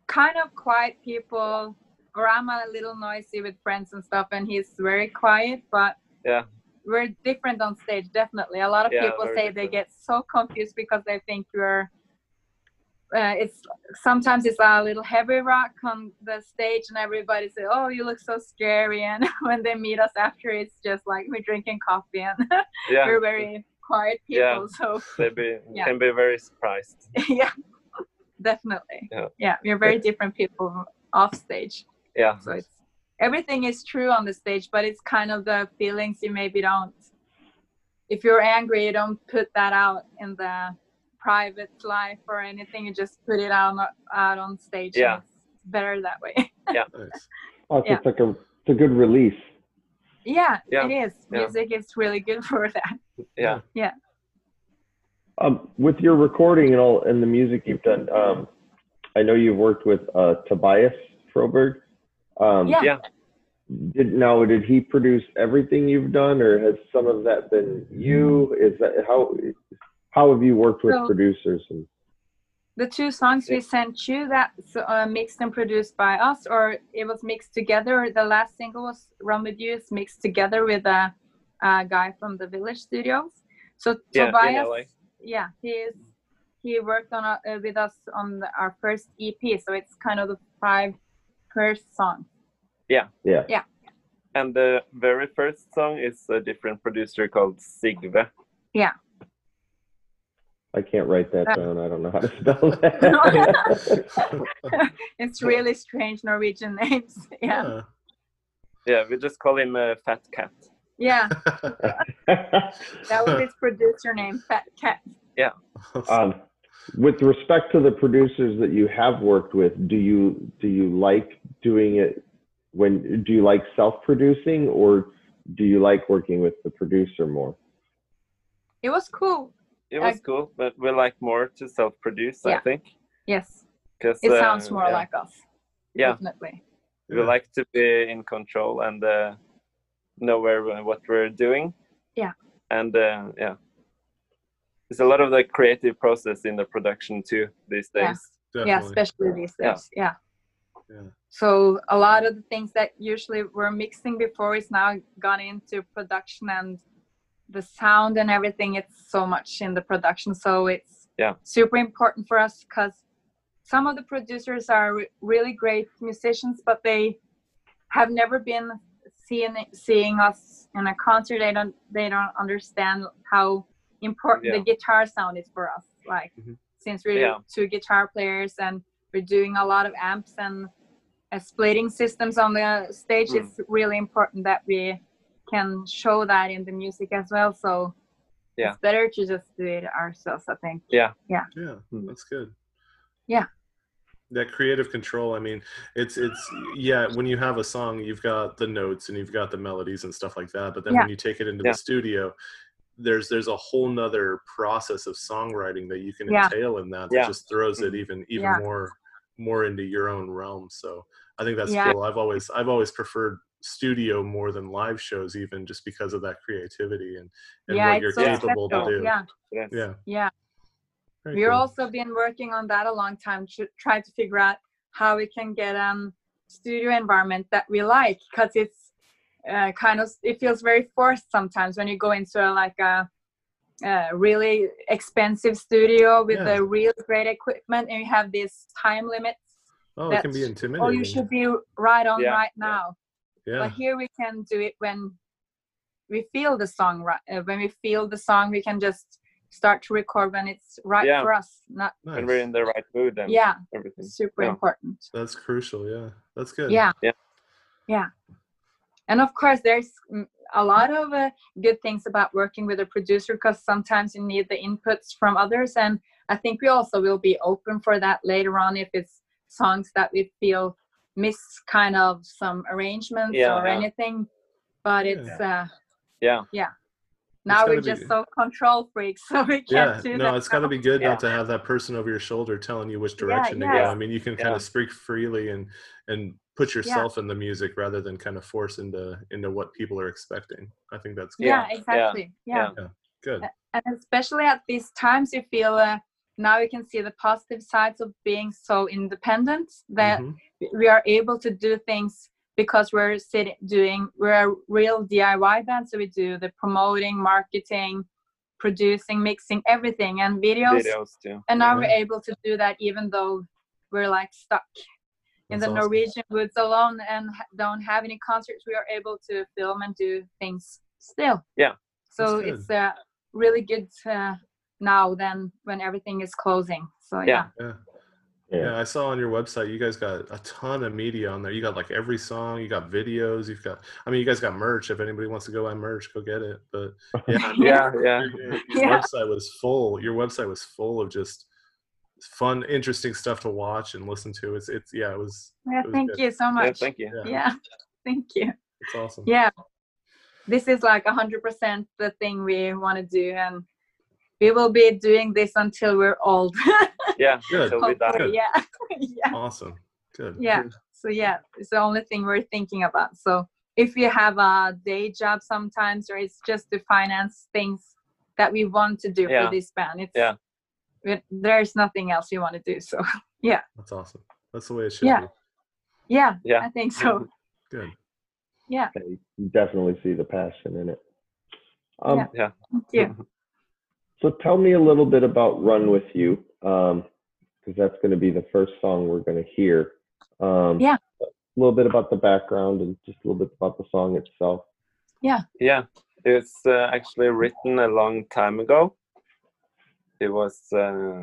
Speaker 4: kind of quiet people, or I'm a little noisy with friends and stuff, and he's very quiet, but
Speaker 3: Yeah.
Speaker 4: we're different on stage, definitely. A lot of
Speaker 3: Yeah,
Speaker 4: people
Speaker 3: very
Speaker 4: say they
Speaker 3: different.
Speaker 4: get so confused because they think we're. Uh, it's sometimes it's a little heavy rock on the stage, and everybody say, "Oh, you look so scary!" And when they meet us after, it's just like we're drinking coffee and
Speaker 3: Yeah.
Speaker 4: we're very quiet people.
Speaker 3: Yeah.
Speaker 4: So
Speaker 3: They be,
Speaker 4: Yeah.
Speaker 3: can be very surprised.
Speaker 4: yeah, definitely.
Speaker 3: Yeah.
Speaker 4: we're very different people off stage.
Speaker 3: Yeah.
Speaker 4: So it's everything is true on the stage, but it's kind of the feelings you maybe don't. If you're angry, you don't put that out in the private life or anything. You just put it out on- out on stage. and
Speaker 3: Yeah.
Speaker 4: it's better that way.
Speaker 5: Nice.
Speaker 2: Oh, it's
Speaker 4: Yeah.
Speaker 2: just like a it's a good release.
Speaker 4: yeah,
Speaker 3: Yeah,
Speaker 4: it is.
Speaker 3: yeah.
Speaker 4: Music is really good for that.
Speaker 3: Yeah.
Speaker 2: Um, with your recording and all and the music you've done, um, I know you've worked with uh, Tobias Froberg. Um,
Speaker 4: Yeah.
Speaker 3: Yeah.
Speaker 2: Did now did he produce everything you've done, or has some of that been you? Is that how how have you worked with
Speaker 4: So-
Speaker 2: producers? And
Speaker 4: The two songs we sent you that's uh, mixed and produced by us, or it was mixed together. The last single was "Run with You" is mixed together with a, a guy from the Village Studios. So
Speaker 3: Yeah, in
Speaker 4: Tobias,
Speaker 3: LA.
Speaker 4: yeah, he is. He worked on uh, uh, with us on the, our first EP, so it's kind of the five first songs.
Speaker 2: yeah,
Speaker 3: And the very first song is a different producer called Sigve.
Speaker 2: I can't write that
Speaker 4: That-
Speaker 2: down. I don't know how to spell that.
Speaker 4: It's really strange Norwegian names. Yeah,
Speaker 3: Yeah, we just call him uh, Fat Cat.
Speaker 4: yeah, that was
Speaker 5: would
Speaker 4: his producer name, Fat Cat.
Speaker 5: be.
Speaker 3: Uh,
Speaker 2: Um, with respect to the producers that you have worked with, do you do you like doing it when do you like self-producing or do you like working with the producer more?
Speaker 4: It was cool.
Speaker 3: It was cool, but we like more to self-produce, I
Speaker 4: Yeah.
Speaker 3: think.
Speaker 4: Yes,
Speaker 3: Cause,
Speaker 4: it
Speaker 3: uh,
Speaker 4: sounds more
Speaker 3: yeah.
Speaker 4: like us.
Speaker 3: Yeah.
Speaker 4: definitely.
Speaker 3: We like to be in control and uh, know where we- what we're doing.
Speaker 4: Yeah.
Speaker 3: And uh, yeah, it's a lot of the creative process in the production too these
Speaker 4: Yeah.
Speaker 3: days.
Speaker 4: Yeah, especially these
Speaker 3: Yeah.
Speaker 4: days. Yeah.
Speaker 5: Yeah.
Speaker 4: So a lot of the things that usually were mixing before is now gone into production and the sound and everything. It's so much in the production, so it's
Speaker 3: Yeah.
Speaker 4: super important for us because some of the producers are re- really great musicians, but they have never been seeing seeing us in a concert. They don't they don't understand how important the guitar sound is for us. Like
Speaker 5: Mhm.
Speaker 4: since we're
Speaker 3: Yeah.
Speaker 4: two guitar players and we're doing a lot of amps and uh, splitting systems on the stage,
Speaker 3: Mm.
Speaker 4: it's really important that we can show that in the music as well. So
Speaker 3: Yeah.
Speaker 4: it's better to just do it ourselves, I think.
Speaker 5: yeah
Speaker 3: Mm.
Speaker 5: that's good
Speaker 4: Yeah.
Speaker 5: that creative control i mean it's it's yeah when you have a song you've got the notes and you've got the melodies and stuff like that but then when you take it into
Speaker 3: Yeah.
Speaker 5: the studio there's there's a whole nother process of songwriting that you can
Speaker 4: Yeah. Mm-hmm.
Speaker 5: entail in that that
Speaker 3: Yeah.
Speaker 5: just throws it even even
Speaker 4: Yeah.
Speaker 5: more more into your own realm so i think that's
Speaker 4: Yeah.
Speaker 5: cool i've always i've always preferred studio more than live shows even just because of that creativity and and
Speaker 4: yeah,
Speaker 5: what you're
Speaker 4: it's so
Speaker 5: capable to
Speaker 4: special.
Speaker 5: do
Speaker 4: Yeah,
Speaker 3: Yes.
Speaker 5: yeah
Speaker 4: yeah.
Speaker 5: Very
Speaker 4: We've
Speaker 5: cool.
Speaker 4: also been working on that a long time to try to figure out how we can get um studio environment that we like because it's uh, kind of it feels very forced sometimes when you go into a, like a, a really expensive studio with
Speaker 5: Yeah.
Speaker 4: the real great equipment and you have this time limits.
Speaker 5: oh it can
Speaker 4: that's-
Speaker 5: be intimidating
Speaker 4: Oh, you should be right on
Speaker 3: Yeah,
Speaker 4: right
Speaker 3: yeah.
Speaker 4: now.
Speaker 5: yeah
Speaker 4: but here we can do it when we feel the song right uh, when we feel the song we can just start to record when it's right
Speaker 3: Yeah.
Speaker 4: for us not
Speaker 5: Nice.
Speaker 3: When we're in the right mood and
Speaker 4: yeah
Speaker 3: everything.
Speaker 4: super
Speaker 3: Yeah.
Speaker 4: important
Speaker 5: That's crucial. Yeah, that's good.
Speaker 4: yeah
Speaker 3: Yeah.
Speaker 4: yeah and of course there's mm, a lot of uh, good things about working with a producer because sometimes you need the inputs from others and i think we also will be open for that later on if it's songs that we feel miss kind of some arrangements
Speaker 3: Yeah,
Speaker 4: or
Speaker 3: yeah.
Speaker 4: anything but it's uh
Speaker 3: Yeah.
Speaker 4: now
Speaker 5: gotta
Speaker 4: we're
Speaker 5: be-
Speaker 4: just so control freaks so we
Speaker 5: Yeah,
Speaker 4: can't do
Speaker 5: no,
Speaker 4: that
Speaker 5: it's got to be good
Speaker 3: Yeah.
Speaker 5: not to have that person over your shoulder telling you which
Speaker 4: Yeah,
Speaker 5: direction to go.
Speaker 4: yeah.
Speaker 5: I mean, you can
Speaker 3: Yeah.
Speaker 5: kind of speak freely and and put yourself in the music rather than kind of force into into what people are expecting. I think that's good.
Speaker 4: yeah,
Speaker 3: Yeah,
Speaker 4: exactly yeah.
Speaker 3: yeah.
Speaker 5: Good.
Speaker 4: and especially at these times you feel uh, now you can see the positive sides of being so independent that
Speaker 5: Mhm.
Speaker 4: we are able to do things because we're sitting doing we're a real diy band so we do the promoting marketing producing mixing everything and videos
Speaker 3: Videos too.
Speaker 4: and now
Speaker 5: Yeah.
Speaker 4: we're able to do that even though we're like stuck in
Speaker 5: That's
Speaker 4: the
Speaker 5: awesome.
Speaker 4: norwegian woods alone and ha- don't have any concerts we are able to film and do things still
Speaker 3: Yeah.
Speaker 4: so
Speaker 5: That's
Speaker 4: it's uh, really good uh, now than when everything is closing so yeah,
Speaker 3: Yeah.
Speaker 5: Yeah.
Speaker 2: Yeah.
Speaker 5: Yeah, I saw on your website you guys got a ton of media on there. You got like every song, you got videos, you've got I mean you guys got merch. If anybody wants to go buy merch, go get it. But yeah, I mean,
Speaker 3: Yeah, yeah.
Speaker 5: your, your- your
Speaker 4: Yeah.
Speaker 5: website was full. Your website was full of just fun, interesting stuff to watch and listen to. It's it's yeah, it was
Speaker 4: Yeah,
Speaker 5: was
Speaker 4: thank
Speaker 5: good.
Speaker 4: you so
Speaker 3: yeah
Speaker 4: much
Speaker 3: thank you.
Speaker 5: yeah,
Speaker 4: yeah thank you
Speaker 5: it's awesome.
Speaker 4: yeah this is like 100% the thing we want to do and we will be doing this until we're old
Speaker 3: Yeah.
Speaker 5: Good.
Speaker 3: Until we die.
Speaker 4: hopefully yeah yeah
Speaker 5: Awesome. Good.
Speaker 4: yeah so yeah it's the only thing we're thinking about so if you have a day job sometimes or it's just to finance things that we want to do
Speaker 3: Yeah.
Speaker 4: for this band it's
Speaker 3: Yeah.
Speaker 4: we- there's nothing else we want to do so
Speaker 5: That's awesome. That's the way it should
Speaker 4: Yeah.
Speaker 5: be.
Speaker 4: yeah
Speaker 3: Yeah. Mm-hmm.
Speaker 4: i think so
Speaker 5: Good.
Speaker 4: yeah
Speaker 2: You definitely see the passion in it. Um,
Speaker 4: Yeah.
Speaker 3: Yeah.
Speaker 4: thank you
Speaker 2: So tell me a little bit about "Run with You," because that's going to be the first song we're going to hear. Um,
Speaker 4: Yeah.
Speaker 2: A little bit about the background and just a little bit about the song itself.
Speaker 3: Yeah, it's uh, actually written a long time ago. It was uh,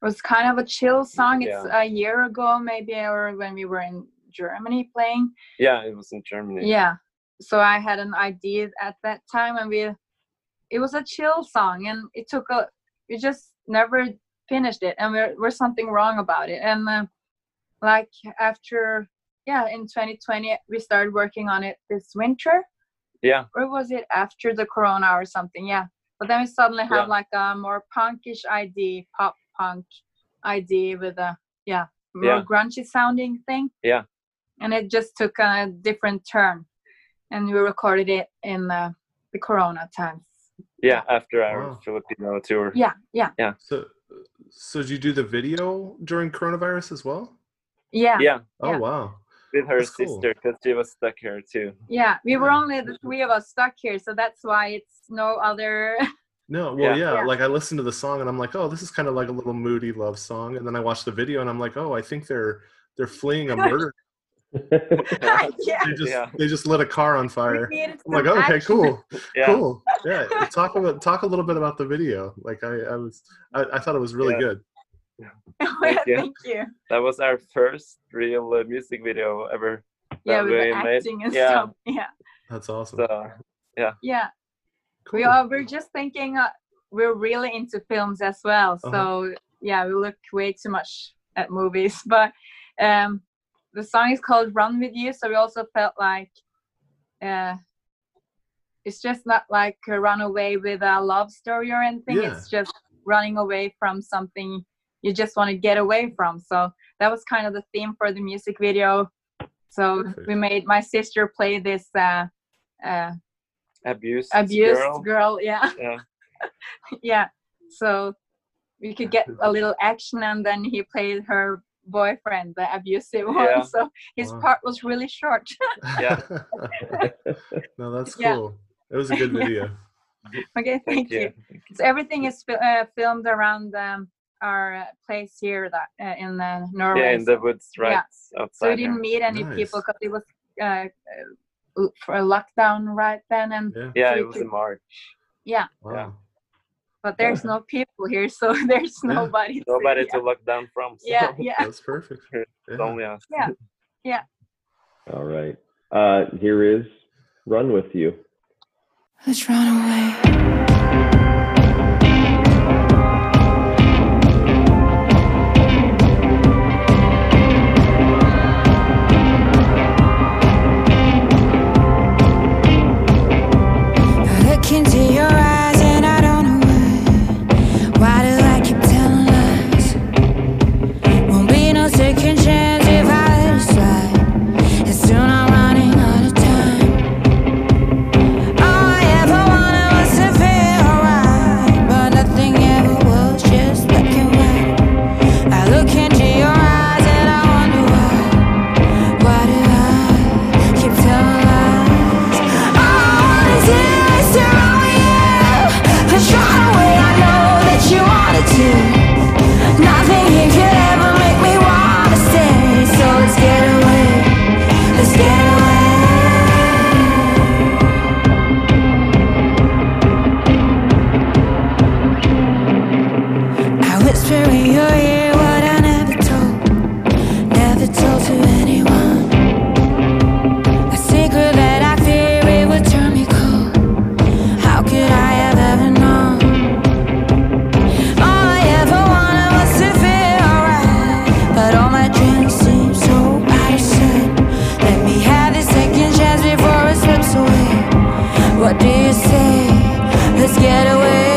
Speaker 4: it was kind of a chill song it's
Speaker 3: Yeah.
Speaker 4: a year ago maybe or when we were in germany playing
Speaker 3: yeah, it was in Germany.
Speaker 4: yeah so i had an idea at that time and we it was a chill song and it took a we just never finished it and there was something wrong about it and uh, like after yeah in 2020 we started working on it this winter
Speaker 3: Yeah,
Speaker 4: or was it after the corona or something yeah but then we suddenly have
Speaker 3: Yeah.
Speaker 4: like a more punkish idea pop punk idea with a yeah more
Speaker 3: Yeah.
Speaker 4: grungy sounding thing
Speaker 3: Yeah.
Speaker 4: and it just took a different turn and we recorded it in uh, the corona times
Speaker 3: yeah, after our
Speaker 5: Wow.
Speaker 3: Filipino tour.
Speaker 4: yeah yeah
Speaker 5: So so did you do the video during coronavirus as well?
Speaker 4: yeah yeah,
Speaker 3: Yeah,
Speaker 5: Oh
Speaker 4: Yeah.
Speaker 5: wow.
Speaker 3: with her
Speaker 5: That's cool.
Speaker 3: sister because she was stuck here too.
Speaker 4: we were
Speaker 5: Yeah.
Speaker 4: only the
Speaker 3: Mm-hmm.
Speaker 4: three of us stuck here so that's why it's no other
Speaker 5: No,
Speaker 3: Yeah.
Speaker 5: well, yeah,
Speaker 4: Yeah.
Speaker 5: Like I listened to the song and I'm like, oh, this is kind of like a little moody love song. And then I watched the video and I'm like, oh, I think they're they're fleeing a murder.
Speaker 4: yeah
Speaker 5: they just
Speaker 3: Yeah.
Speaker 5: they just lit a car on fire.
Speaker 4: we needed
Speaker 5: I'm like,
Speaker 4: some
Speaker 5: oh, okay,
Speaker 4: action.
Speaker 5: cool,
Speaker 3: Yeah,
Speaker 5: cool. Yeah, talk about talk a little bit about the video. Like I, I was, I, I thought it was really
Speaker 3: Yeah.
Speaker 5: good.
Speaker 4: Yeah,
Speaker 3: you.
Speaker 4: thank you
Speaker 3: that was our first real uh, music video ever. That
Speaker 4: yeah with the
Speaker 3: we made-
Speaker 4: acting and
Speaker 3: yeah.
Speaker 4: stuff yeah
Speaker 5: That's awesome.
Speaker 3: So Yeah.
Speaker 4: yeah
Speaker 5: Cool.
Speaker 4: we are we're just thinking uh, we're really into films as well
Speaker 5: Uh-huh.
Speaker 4: so yeah we look way too much at movies but um the song is called run with you so we also felt like uh it's just not like a run away with a love story or anything
Speaker 5: Yeah.
Speaker 4: it's just running away from something you just want to get away from so that was kind of the theme for the music video so
Speaker 5: Perfect.
Speaker 4: we made my sister play this uh uh
Speaker 3: Abused,
Speaker 4: abused
Speaker 3: girl.
Speaker 4: girl yeah
Speaker 3: Yeah.
Speaker 4: yeah so we could get a little action and then he played her boyfriend the abusive
Speaker 3: Yeah.
Speaker 4: one so his
Speaker 5: Wow.
Speaker 4: part was really short
Speaker 3: Yeah.
Speaker 5: no, that's
Speaker 4: Yeah.
Speaker 5: cool. It was a good
Speaker 4: Yeah.
Speaker 5: video.
Speaker 4: okay thank you so everything is fi- uh, filmed around um, our uh, place here that uh, in uh, norway
Speaker 3: Yeah, in the woods right
Speaker 4: so we
Speaker 3: outside.
Speaker 4: didn't
Speaker 3: here.
Speaker 4: meet any
Speaker 5: Nice.
Speaker 4: people because it was uh, uh, l- for a lockdown right then and
Speaker 5: Yeah.
Speaker 3: Yeah,
Speaker 4: so
Speaker 3: it
Speaker 4: we
Speaker 3: was
Speaker 4: could-
Speaker 3: in March.
Speaker 5: Wow.
Speaker 4: but there's no people here so there's
Speaker 5: Yeah.
Speaker 4: nobody to-
Speaker 3: Nobody
Speaker 4: yeah.
Speaker 3: to lock down from. So
Speaker 4: yeah yeah
Speaker 5: That's perfect.
Speaker 3: It's
Speaker 5: Yeah.
Speaker 3: it's only us.
Speaker 4: Yeah.
Speaker 2: All right. Uh, here is Run With You.
Speaker 1: Let's run away. I look into your eyes and I don't know why. Why do I keep telling lies? Won't be no second chance if I let it slide. It's soon I'm running out of time. All I ever wanted was to feel alright, but nothing ever was, just black and white. I look into your eyes and I wonder why. Why do I keep telling lies? All I want is this to run with you, and run away. I know that you wanted to. Nothing here could ever make me wanna stay, so let's get away. Let's get away. I whisper in your ear what I never told, never told to anyone. A secret that I fear it would turn me cold. How could I have ever known? All I ever wanted was to feel alright, but all my dreams seem so out of sight. Let me have this second chance before it slips away. What do you say? Let's get away.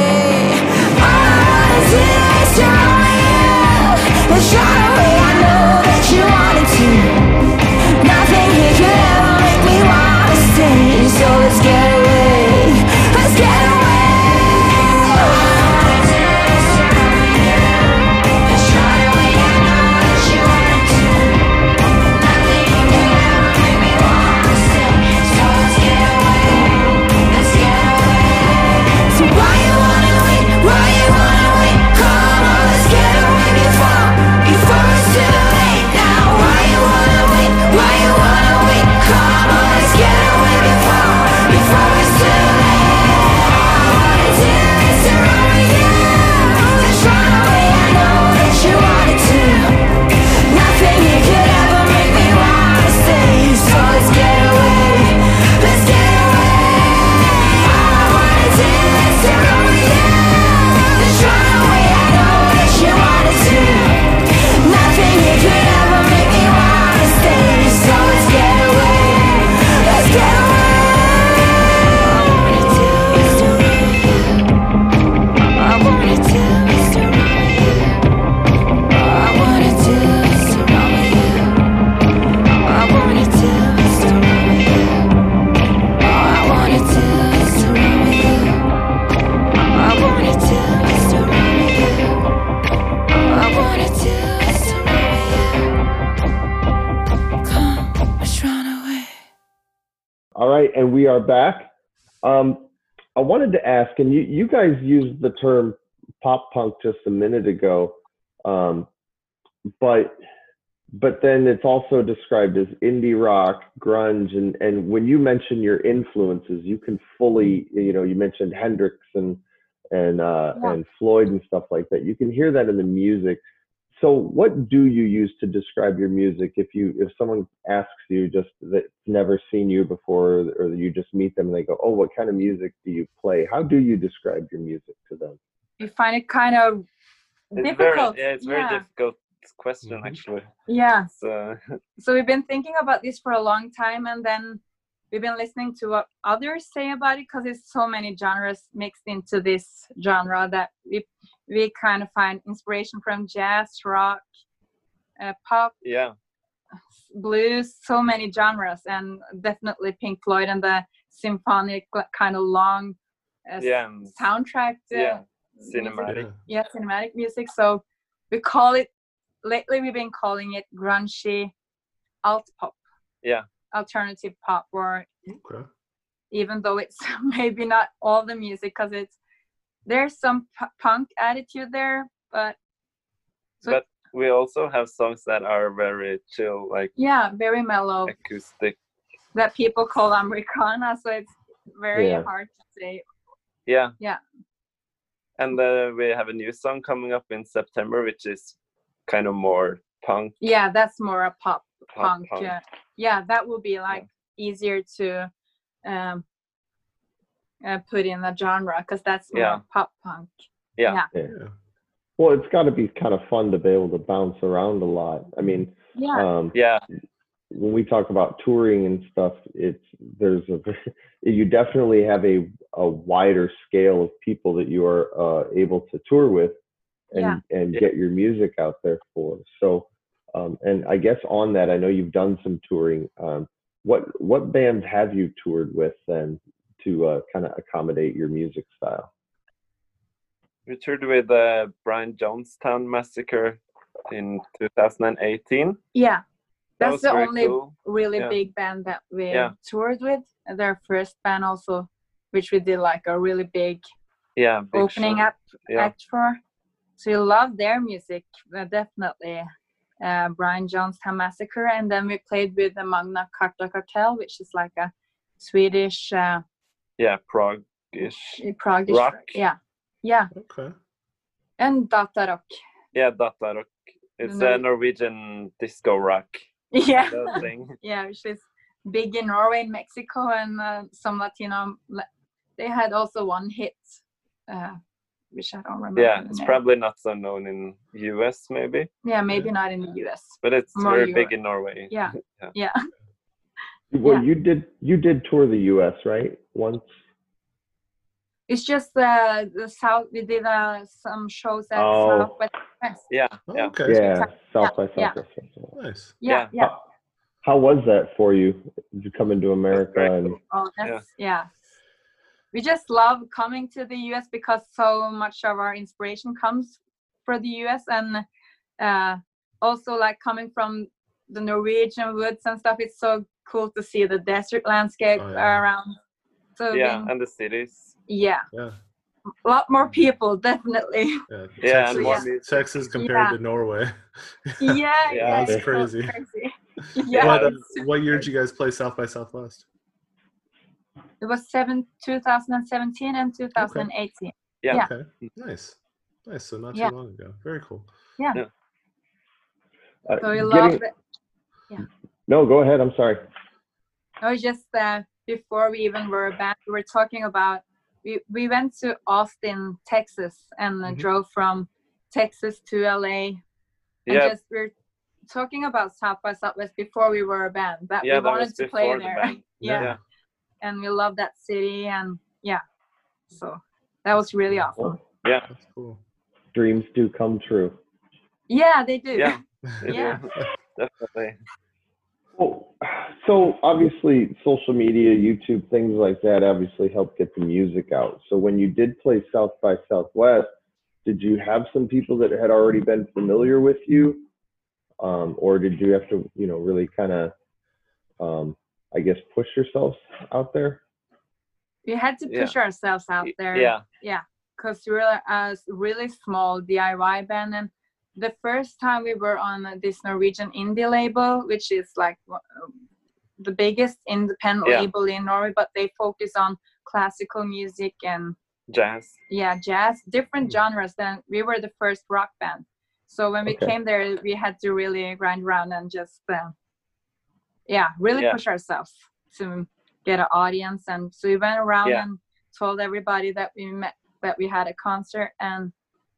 Speaker 1: All I wanna do is drown you. Let's run away. I know that you wanted to. Nothing here could ever make me wanna stay. So let's get away. Let's get away. All I wanna do is drown you. Let's run away. I know that you wanted to. Nothing here could ever make me wanna stay. So let's get away. Let's get away. So why you wanna wait? Why you wanna wait? Come on, let's get away before before it's too late now. Why you wanna wait? Why you wanna wait? Come on, let's get away before before it's too late. All I wanna do is to run with you, let's run away. I know that you wanted to. Nothing here could ever make me wanna stay. So let's get away. Let's get away.
Speaker 2: All right, and we are back. Um, I wanted to ask, and you, you guys used the term pop punk just a minute ago, um, but but then it's also described as indie rock, grunge, and and when you mention your influences, you can fully, you know, you mentioned Hendrix and and uh,
Speaker 4: Yeah.
Speaker 2: and Floyd and stuff like that. You can hear that in the music. so what do you use to describe your music if you if someone asks you just that's never seen you before or you just meet them and they go oh what kind of music do you play how do you describe your music to them
Speaker 4: You find it kind of
Speaker 3: It's
Speaker 4: difficult.
Speaker 3: very yeah, it's very
Speaker 4: yeah.
Speaker 3: difficult question
Speaker 5: Mhm.
Speaker 3: actually.
Speaker 4: yeah.
Speaker 3: So
Speaker 4: so we've been thinking about this for a long time and then we've been listening to what others say about it because it's so many genres mixed into this genre that we we kind of find inspiration from jazz rock uh, pop
Speaker 3: yeah,
Speaker 4: blues so many genres and definitely pink floyd and the symphonic like, kind of long uh,
Speaker 3: yeah, and-
Speaker 4: soundtrack uh,
Speaker 3: yeah,
Speaker 4: music
Speaker 3: cinematic.
Speaker 5: Yeah.
Speaker 4: yeah cinematic music so we call it lately we've been calling it grungy alt pop
Speaker 3: Yeah.
Speaker 4: alternative pop or
Speaker 5: Okay.
Speaker 4: even though it's maybe not all the music because it's there's some pu- punk attitude there but So-
Speaker 3: but we also have songs that are very chill, like
Speaker 4: yeah very mellow
Speaker 3: acoustic.
Speaker 4: that people call americana so it's very
Speaker 2: Yeah.
Speaker 4: hard to say
Speaker 3: Yeah.
Speaker 4: Yeah.
Speaker 3: And uh, we have a new song coming up in September, which is kind of more punk.
Speaker 4: yeah that's more a pop
Speaker 3: pop
Speaker 4: punk, yeah yeah that would be like easier to um uh, put in the genre because that's more
Speaker 3: Yeah.
Speaker 4: pop punk
Speaker 5: Yeah.
Speaker 2: well it's got to be kind of fun to be able to bounce around a lot i mean
Speaker 3: Uh,
Speaker 4: yeah
Speaker 2: um
Speaker 3: Yeah,
Speaker 2: when we talk about touring and stuff, it's there's a you definitely have a a wider scale of people that you are uh, able to tour with and
Speaker 4: Yeah.
Speaker 2: and
Speaker 3: Yeah.
Speaker 2: get your music out there for. So, um, and I guess on that, I know you've done some touring. Um, what what bands have you toured with then to uh, kind of accommodate your music style?
Speaker 3: we toured with uh, Brian Jonestown Massacre in 2018.
Speaker 4: yeah
Speaker 3: That
Speaker 4: that's
Speaker 3: was
Speaker 4: the
Speaker 3: very
Speaker 4: only
Speaker 3: cool.
Speaker 4: really
Speaker 3: Yeah.
Speaker 4: big band that we
Speaker 3: Yeah.
Speaker 4: toured with and their first band also which we did like a really big
Speaker 3: yeah big
Speaker 4: opening
Speaker 3: show.
Speaker 4: up
Speaker 3: Yeah.
Speaker 4: act for so you love their music uh, definitely uh, brian johnstown massacre and then we played with the magna carta cartel which is like a swedish uh,
Speaker 3: yeah prog-ish
Speaker 4: prog
Speaker 3: Rock.
Speaker 4: yeah yeah
Speaker 5: Okay.
Speaker 4: and data rock
Speaker 3: yeah data rock it's
Speaker 4: Nor-
Speaker 3: a norwegian disco rock
Speaker 4: Mm-hmm. yeah
Speaker 3: that thing
Speaker 4: yeah, which is big in Norway and Mexico, and uh, some Latino. la- They had also one hit, uh, which I don't remember.
Speaker 3: yeah
Speaker 4: the
Speaker 3: it's
Speaker 4: name.
Speaker 3: probably not so known in us maybe
Speaker 4: yeah, maybe not in the U.S.
Speaker 3: but it's
Speaker 4: More
Speaker 3: very
Speaker 4: Europe.
Speaker 3: big in norway
Speaker 4: Yeah,
Speaker 3: Yeah.
Speaker 4: yeah,
Speaker 2: Well,
Speaker 4: Yeah.
Speaker 2: you did you did tour the U.S. right once.
Speaker 4: it's just uh, the south. We did uh, some shows at
Speaker 2: Oh.
Speaker 4: Southwest Fest.
Speaker 3: yeah
Speaker 5: Oh,
Speaker 3: yeah
Speaker 5: Okay.
Speaker 2: Yeah, South by
Speaker 4: yeah.
Speaker 2: Southwest. Festival.
Speaker 5: Nice.
Speaker 4: Yeah,
Speaker 3: Yeah.
Speaker 4: yeah.
Speaker 2: How was that for you? Coming to America
Speaker 3: very
Speaker 2: and
Speaker 4: Oh, that's yeah. We just love coming to the U.S. because so much of our inspiration comes for the U.S. and uh, also like coming from the Norwegian woods and stuff. It's so cool to see the desert landscape
Speaker 5: Oh, yeah. uh,
Speaker 4: around. So
Speaker 3: yeah
Speaker 4: yeah,
Speaker 3: and the cities
Speaker 4: yeah,
Speaker 5: Yeah.
Speaker 4: a lot more people definitely.
Speaker 5: Yeah.
Speaker 3: Yeah,
Speaker 5: Texas,
Speaker 3: and
Speaker 4: more
Speaker 5: Texas,
Speaker 3: music.
Speaker 5: compared
Speaker 4: Yeah.
Speaker 5: to Norway.
Speaker 4: yeah, yeah,
Speaker 5: that's
Speaker 4: it's so
Speaker 5: crazy.
Speaker 4: crazy.
Speaker 5: what,
Speaker 4: yeah,
Speaker 5: uh, what year did you guys play South by Southwest?
Speaker 4: it was seven, 2017 and 2018. Yeah.
Speaker 5: Okay. Nice. Nice. So not
Speaker 4: Yeah.
Speaker 5: too long ago. Very cool.
Speaker 2: uh,
Speaker 4: So we
Speaker 2: getting-
Speaker 4: love it.
Speaker 2: No, go ahead. I'm sorry.
Speaker 4: No, it's just uh, before we even were a band, we were talking about we, we went to Austin, Texas, and uh
Speaker 3: Mm-hmm.
Speaker 5: Mhm.
Speaker 4: drove from Texas to LA. And
Speaker 3: yeah
Speaker 4: just we are talking about South by Southwest before we were a band. That
Speaker 3: Yeah,
Speaker 4: we
Speaker 3: that was
Speaker 4: wanted to play
Speaker 3: before the
Speaker 4: there.
Speaker 3: band.
Speaker 4: yeah.
Speaker 3: Yeah.
Speaker 4: and we love that city, and yeah, so that was really awesome.
Speaker 5: That's cool.
Speaker 2: Dreams do come true.
Speaker 4: Yeah, they do.
Speaker 3: yeah
Speaker 4: Yeah.
Speaker 3: definitely
Speaker 2: Well, so obviously, social media, YouTube, things like that, obviously help get the music out. So when you did play South by Southwest, did you have some people that had already been familiar with you, um, or did you have to, you know, really kind of, um, I guess, push yourselves out there?
Speaker 4: We had to
Speaker 3: Yeah.
Speaker 4: push ourselves out there.
Speaker 3: yeah
Speaker 4: because we were a s- really small DIY band, and the first time we were on uh, this Norwegian indie label, which is like w- uh, the biggest independent
Speaker 3: Yeah.
Speaker 4: label in Norway, but they focus on classical music and
Speaker 3: jazz Mm.
Speaker 4: yeah, jazz, different genres. Then we were the first rock band, So when we
Speaker 2: Okay.
Speaker 4: came there, we had to really grind around and just, uh, yeah, really
Speaker 3: Yeah.
Speaker 4: push ourselves to get an audience. And so we went around
Speaker 3: Yeah.
Speaker 4: and told everybody that we met that we had a concert and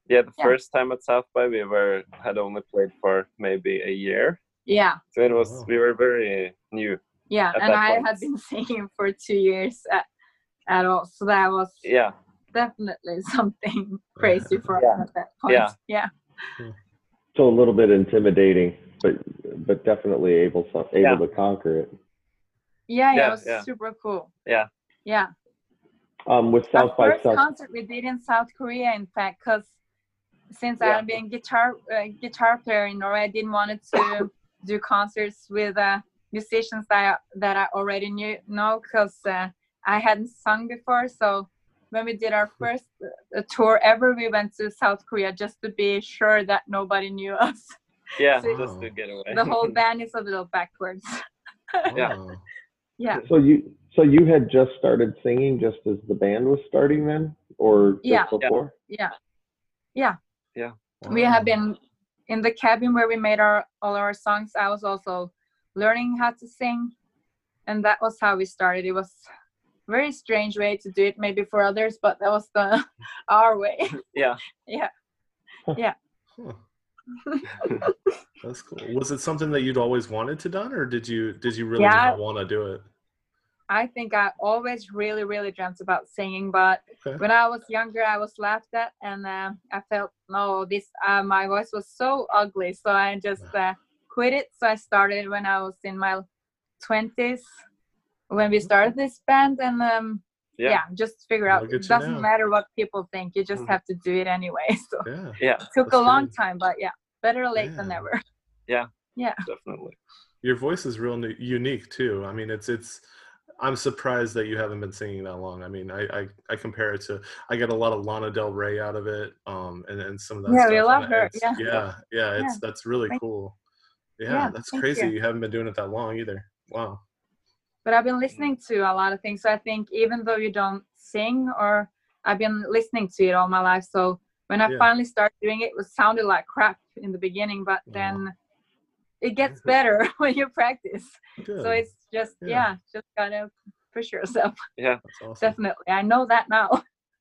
Speaker 3: Yeah, the
Speaker 4: Yeah.
Speaker 3: first time at South by we were had only played for maybe a year,
Speaker 4: yeah
Speaker 3: so it was
Speaker 5: Wow.
Speaker 3: we were very new.
Speaker 4: yeah
Speaker 3: At
Speaker 4: and
Speaker 3: that
Speaker 4: i
Speaker 3: point.
Speaker 4: had been singing for two years at, at all so that was
Speaker 3: Yeah,
Speaker 4: definitely something crazy for
Speaker 3: Yeah.
Speaker 4: us at that point
Speaker 3: Yeah.
Speaker 4: yeah
Speaker 2: So a little bit intimidating, but but definitely able so- able
Speaker 3: Yeah.
Speaker 2: to conquer it.
Speaker 4: yeah, yeah,
Speaker 3: Yeah,
Speaker 4: it was
Speaker 3: yeah.
Speaker 4: super cool
Speaker 3: Yeah.
Speaker 4: yeah
Speaker 2: Um, with South
Speaker 4: Our
Speaker 2: by
Speaker 4: first
Speaker 2: South,
Speaker 4: concert we did in South Korea, in fact, because since
Speaker 3: Yeah.
Speaker 4: I've been guitar uh, guitar player in Norway, I didn't want to do concerts with uh, musicians that I, that I already knew know because uh, I hadn't sung before. So when we did
Speaker 2: Hmm.
Speaker 4: our first uh, tour ever, we went to South Korea just to be sure that nobody knew us.
Speaker 3: yeah,
Speaker 4: So-
Speaker 3: just to get away.
Speaker 4: The whole band is a little backwards.
Speaker 3: Yeah.
Speaker 5: Wow.
Speaker 4: yeah,
Speaker 2: so you so you had just started singing just as the band was starting then, or just
Speaker 4: Yeah.
Speaker 3: Yeah.
Speaker 2: before?
Speaker 4: yeah.
Speaker 5: Wow.
Speaker 4: we have been in the cabin where we made our all our songs i was also learning how to sing and that was how we started it was very strange way to do it maybe for others but that was the our way
Speaker 3: Yeah,
Speaker 5: Huh. That's cool. Was it something that you'd always wanted to done, or did you did you really
Speaker 4: Yeah.
Speaker 5: not want to do it?
Speaker 4: i think i always really really dreamt about singing but
Speaker 5: Okay.
Speaker 4: when i was younger i was laughed at and uh, i felt no this uh, my voice was so ugly so i just uh, quit it so i started when i was in my 20s when we started
Speaker 5: Mm-hmm.
Speaker 4: this band and um, yeah.
Speaker 3: yeah,
Speaker 4: just figure out
Speaker 5: Look at
Speaker 4: it
Speaker 5: you
Speaker 4: doesn't
Speaker 5: now.
Speaker 4: matter what people think you just
Speaker 3: Mhm.
Speaker 4: have to do it anyway so
Speaker 5: Yeah.
Speaker 3: yeah,
Speaker 4: it took
Speaker 5: Mm-hmm. That's
Speaker 4: a long
Speaker 5: good.
Speaker 4: time but yeah better late than
Speaker 5: Yeah.
Speaker 4: never
Speaker 3: definitely.
Speaker 5: Your voice is real nu- unique too. I mean, it's it's. I'm surprised that you haven't been singing that long. I mean, I I, I compare it to. I get a lot of Lana Del Rey out of it, um, and and some of that.
Speaker 4: Yeah,
Speaker 5: stuff.
Speaker 4: we
Speaker 5: and
Speaker 4: love her,
Speaker 5: it's-
Speaker 4: yeah.
Speaker 5: yeah, yeah. It's that's really
Speaker 4: Thank-
Speaker 5: cool. Yeah,
Speaker 4: Yeah,
Speaker 5: that's
Speaker 4: thank
Speaker 5: crazy.
Speaker 4: you.
Speaker 5: You. haven't been doing it that long either. Wow.
Speaker 4: but i've been listening to a lot of things so i think even though you don't sing or i've been listening to it all my life so when i
Speaker 5: Yeah.
Speaker 4: finally started doing it it was- sounded like crap in the beginning but
Speaker 5: Aw.
Speaker 4: then it gets better when you practice
Speaker 5: Good.
Speaker 4: so it's just
Speaker 5: Yeah.
Speaker 4: yeah just gotta push yourself
Speaker 5: that's awesome.
Speaker 4: definitely i know that now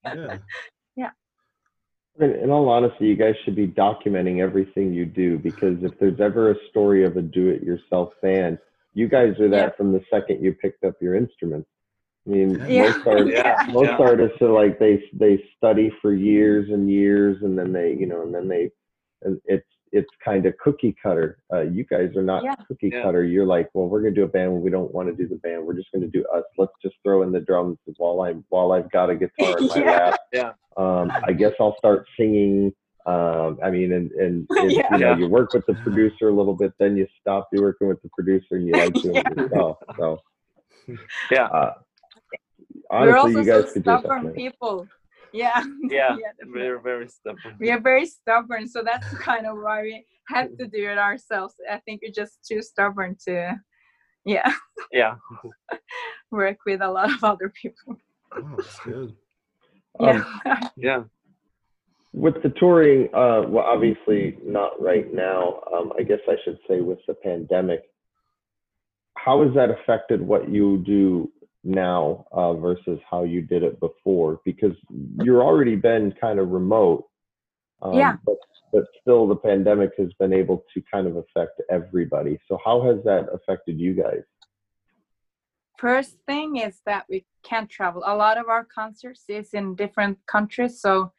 Speaker 5: Yeah.
Speaker 2: In, in all honesty, you guys should be documenting everything you do because if there's ever a story of a do-it-yourself band, you guys are that
Speaker 4: Yeah.
Speaker 2: from the second you picked up your instrument. I mean,
Speaker 5: Yeah.
Speaker 2: most artists,
Speaker 3: Yeah,
Speaker 2: most
Speaker 3: yeah.
Speaker 2: artists are like they they study for years and years, and then they you know, and then they, and it's it's kind of cookie cutter. Uh, you guys are not
Speaker 4: Yeah.
Speaker 2: cookie
Speaker 3: Yeah.
Speaker 2: cutter. You're like, well, we're gonna do a band. when We don't want to do the band. We're just gonna do us. Let's just throw in the drums while I while I've got a guitar in my
Speaker 4: Yeah.
Speaker 2: lap
Speaker 3: Yeah.
Speaker 2: um, I guess I'll start singing. Um, I mean, and and it's,
Speaker 4: Yeah.
Speaker 2: you know,
Speaker 3: Yeah.
Speaker 2: you work with the producer a little bit, then you stop you working with the producer, and you like doing it yourself. So,
Speaker 3: Yeah.
Speaker 2: uh,
Speaker 4: we're
Speaker 2: honestly,
Speaker 4: also
Speaker 2: you guys
Speaker 4: so
Speaker 2: could do
Speaker 4: stubborn
Speaker 2: something.
Speaker 4: people. Yeah.
Speaker 3: Yeah,
Speaker 4: definitely.
Speaker 3: We're very stubborn.
Speaker 4: we are very stubborn, so that's kind of why we have to do it ourselves. I think we're just too stubborn to, yeah,
Speaker 3: Yeah,
Speaker 4: work with a lot of other people.
Speaker 5: Wow, that's good.
Speaker 3: Um,
Speaker 2: Um,
Speaker 4: Yeah.
Speaker 3: yeah,
Speaker 2: With the touring, uh, well, obviously not right now. Um, I guess I should say with the pandemic, how has that affected what you do now uh, versus how you did it before? Because you're already been kind of remote, um,
Speaker 4: Yeah.
Speaker 2: but but still the pandemic has been able to kind of affect everybody. So how has that affected you guys?
Speaker 4: First thing is that we can't travel. A lot of our concerts is in different countries. So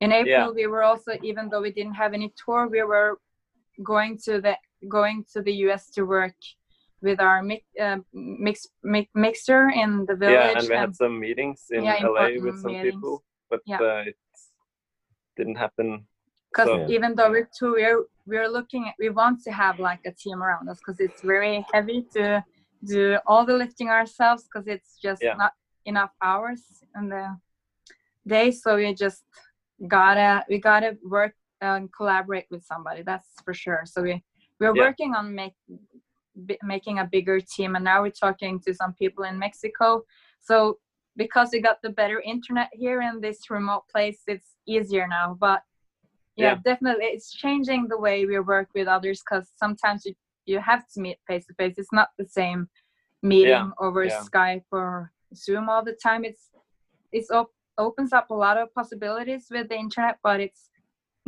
Speaker 4: in April
Speaker 3: Yeah.
Speaker 4: we were also, even though we didn't have any tour, we were going to the going to the U.S. to work with our mix, uh, mix, mix mixer in the village.
Speaker 3: yeah. And we had some meetings in
Speaker 4: Yeah,
Speaker 3: LA
Speaker 4: important
Speaker 3: with some
Speaker 4: meetings.
Speaker 3: people, but
Speaker 4: Yeah.
Speaker 3: uh, it didn't happen.
Speaker 4: because
Speaker 3: So-
Speaker 4: even though we're two we're we're looking at we want to have like a team around us because it's very heavy to do all the lifting ourselves because it's just
Speaker 3: Yeah.
Speaker 4: not enough hours in the day so we just gotta we gotta work and collaborate with somebody that's for sure so we we're
Speaker 3: Yeah.
Speaker 4: working on make bi- making a bigger team and now we're talking to some people in mexico so because we got the better internet here in this remote place it's easier now but yeah,
Speaker 3: Yeah.
Speaker 4: definitely it's changing the way we work with others because sometimes you, you have to meet face to face it's not the same meeting over
Speaker 3: yeah.
Speaker 4: skype or zoom all the time it's it's op- opens up a lot of possibilities with the internet but it's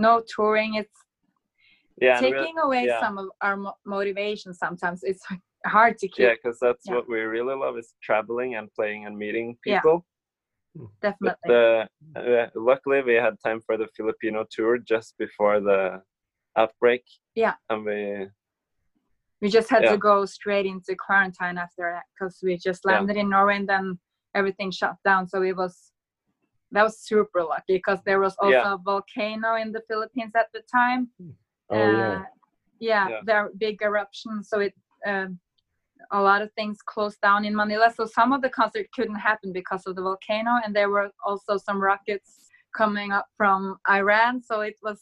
Speaker 4: no touring it's
Speaker 3: yeah, and we're-
Speaker 4: taking away
Speaker 3: yeah.
Speaker 4: some of our mo- motivation sometimes it's hard to keep
Speaker 3: yeah, because that's
Speaker 4: Yeah.
Speaker 3: what we really love is traveling and playing and meeting
Speaker 4: Yeah.
Speaker 3: people.
Speaker 4: definitely
Speaker 3: But uh, uh, luckily, we had time for the Filipino tour just before the outbreak.
Speaker 4: Yeah.
Speaker 3: and we
Speaker 4: we just had
Speaker 3: Yeah.
Speaker 4: to go straight into quarantine after that because we just
Speaker 3: Yeah.
Speaker 4: landed in Norway and then everything shut down. So it was that was super lucky because there was also
Speaker 3: Yeah.
Speaker 4: a volcano in the Philippines at the time.
Speaker 2: Oh yeah.
Speaker 4: Uh, yeah,
Speaker 3: Yeah.
Speaker 4: there were big eruption, so it um, a lot of things closed down in Manila. So some of the concert couldn't happen because of the volcano, and there were also some rockets coming up from Iran. So it was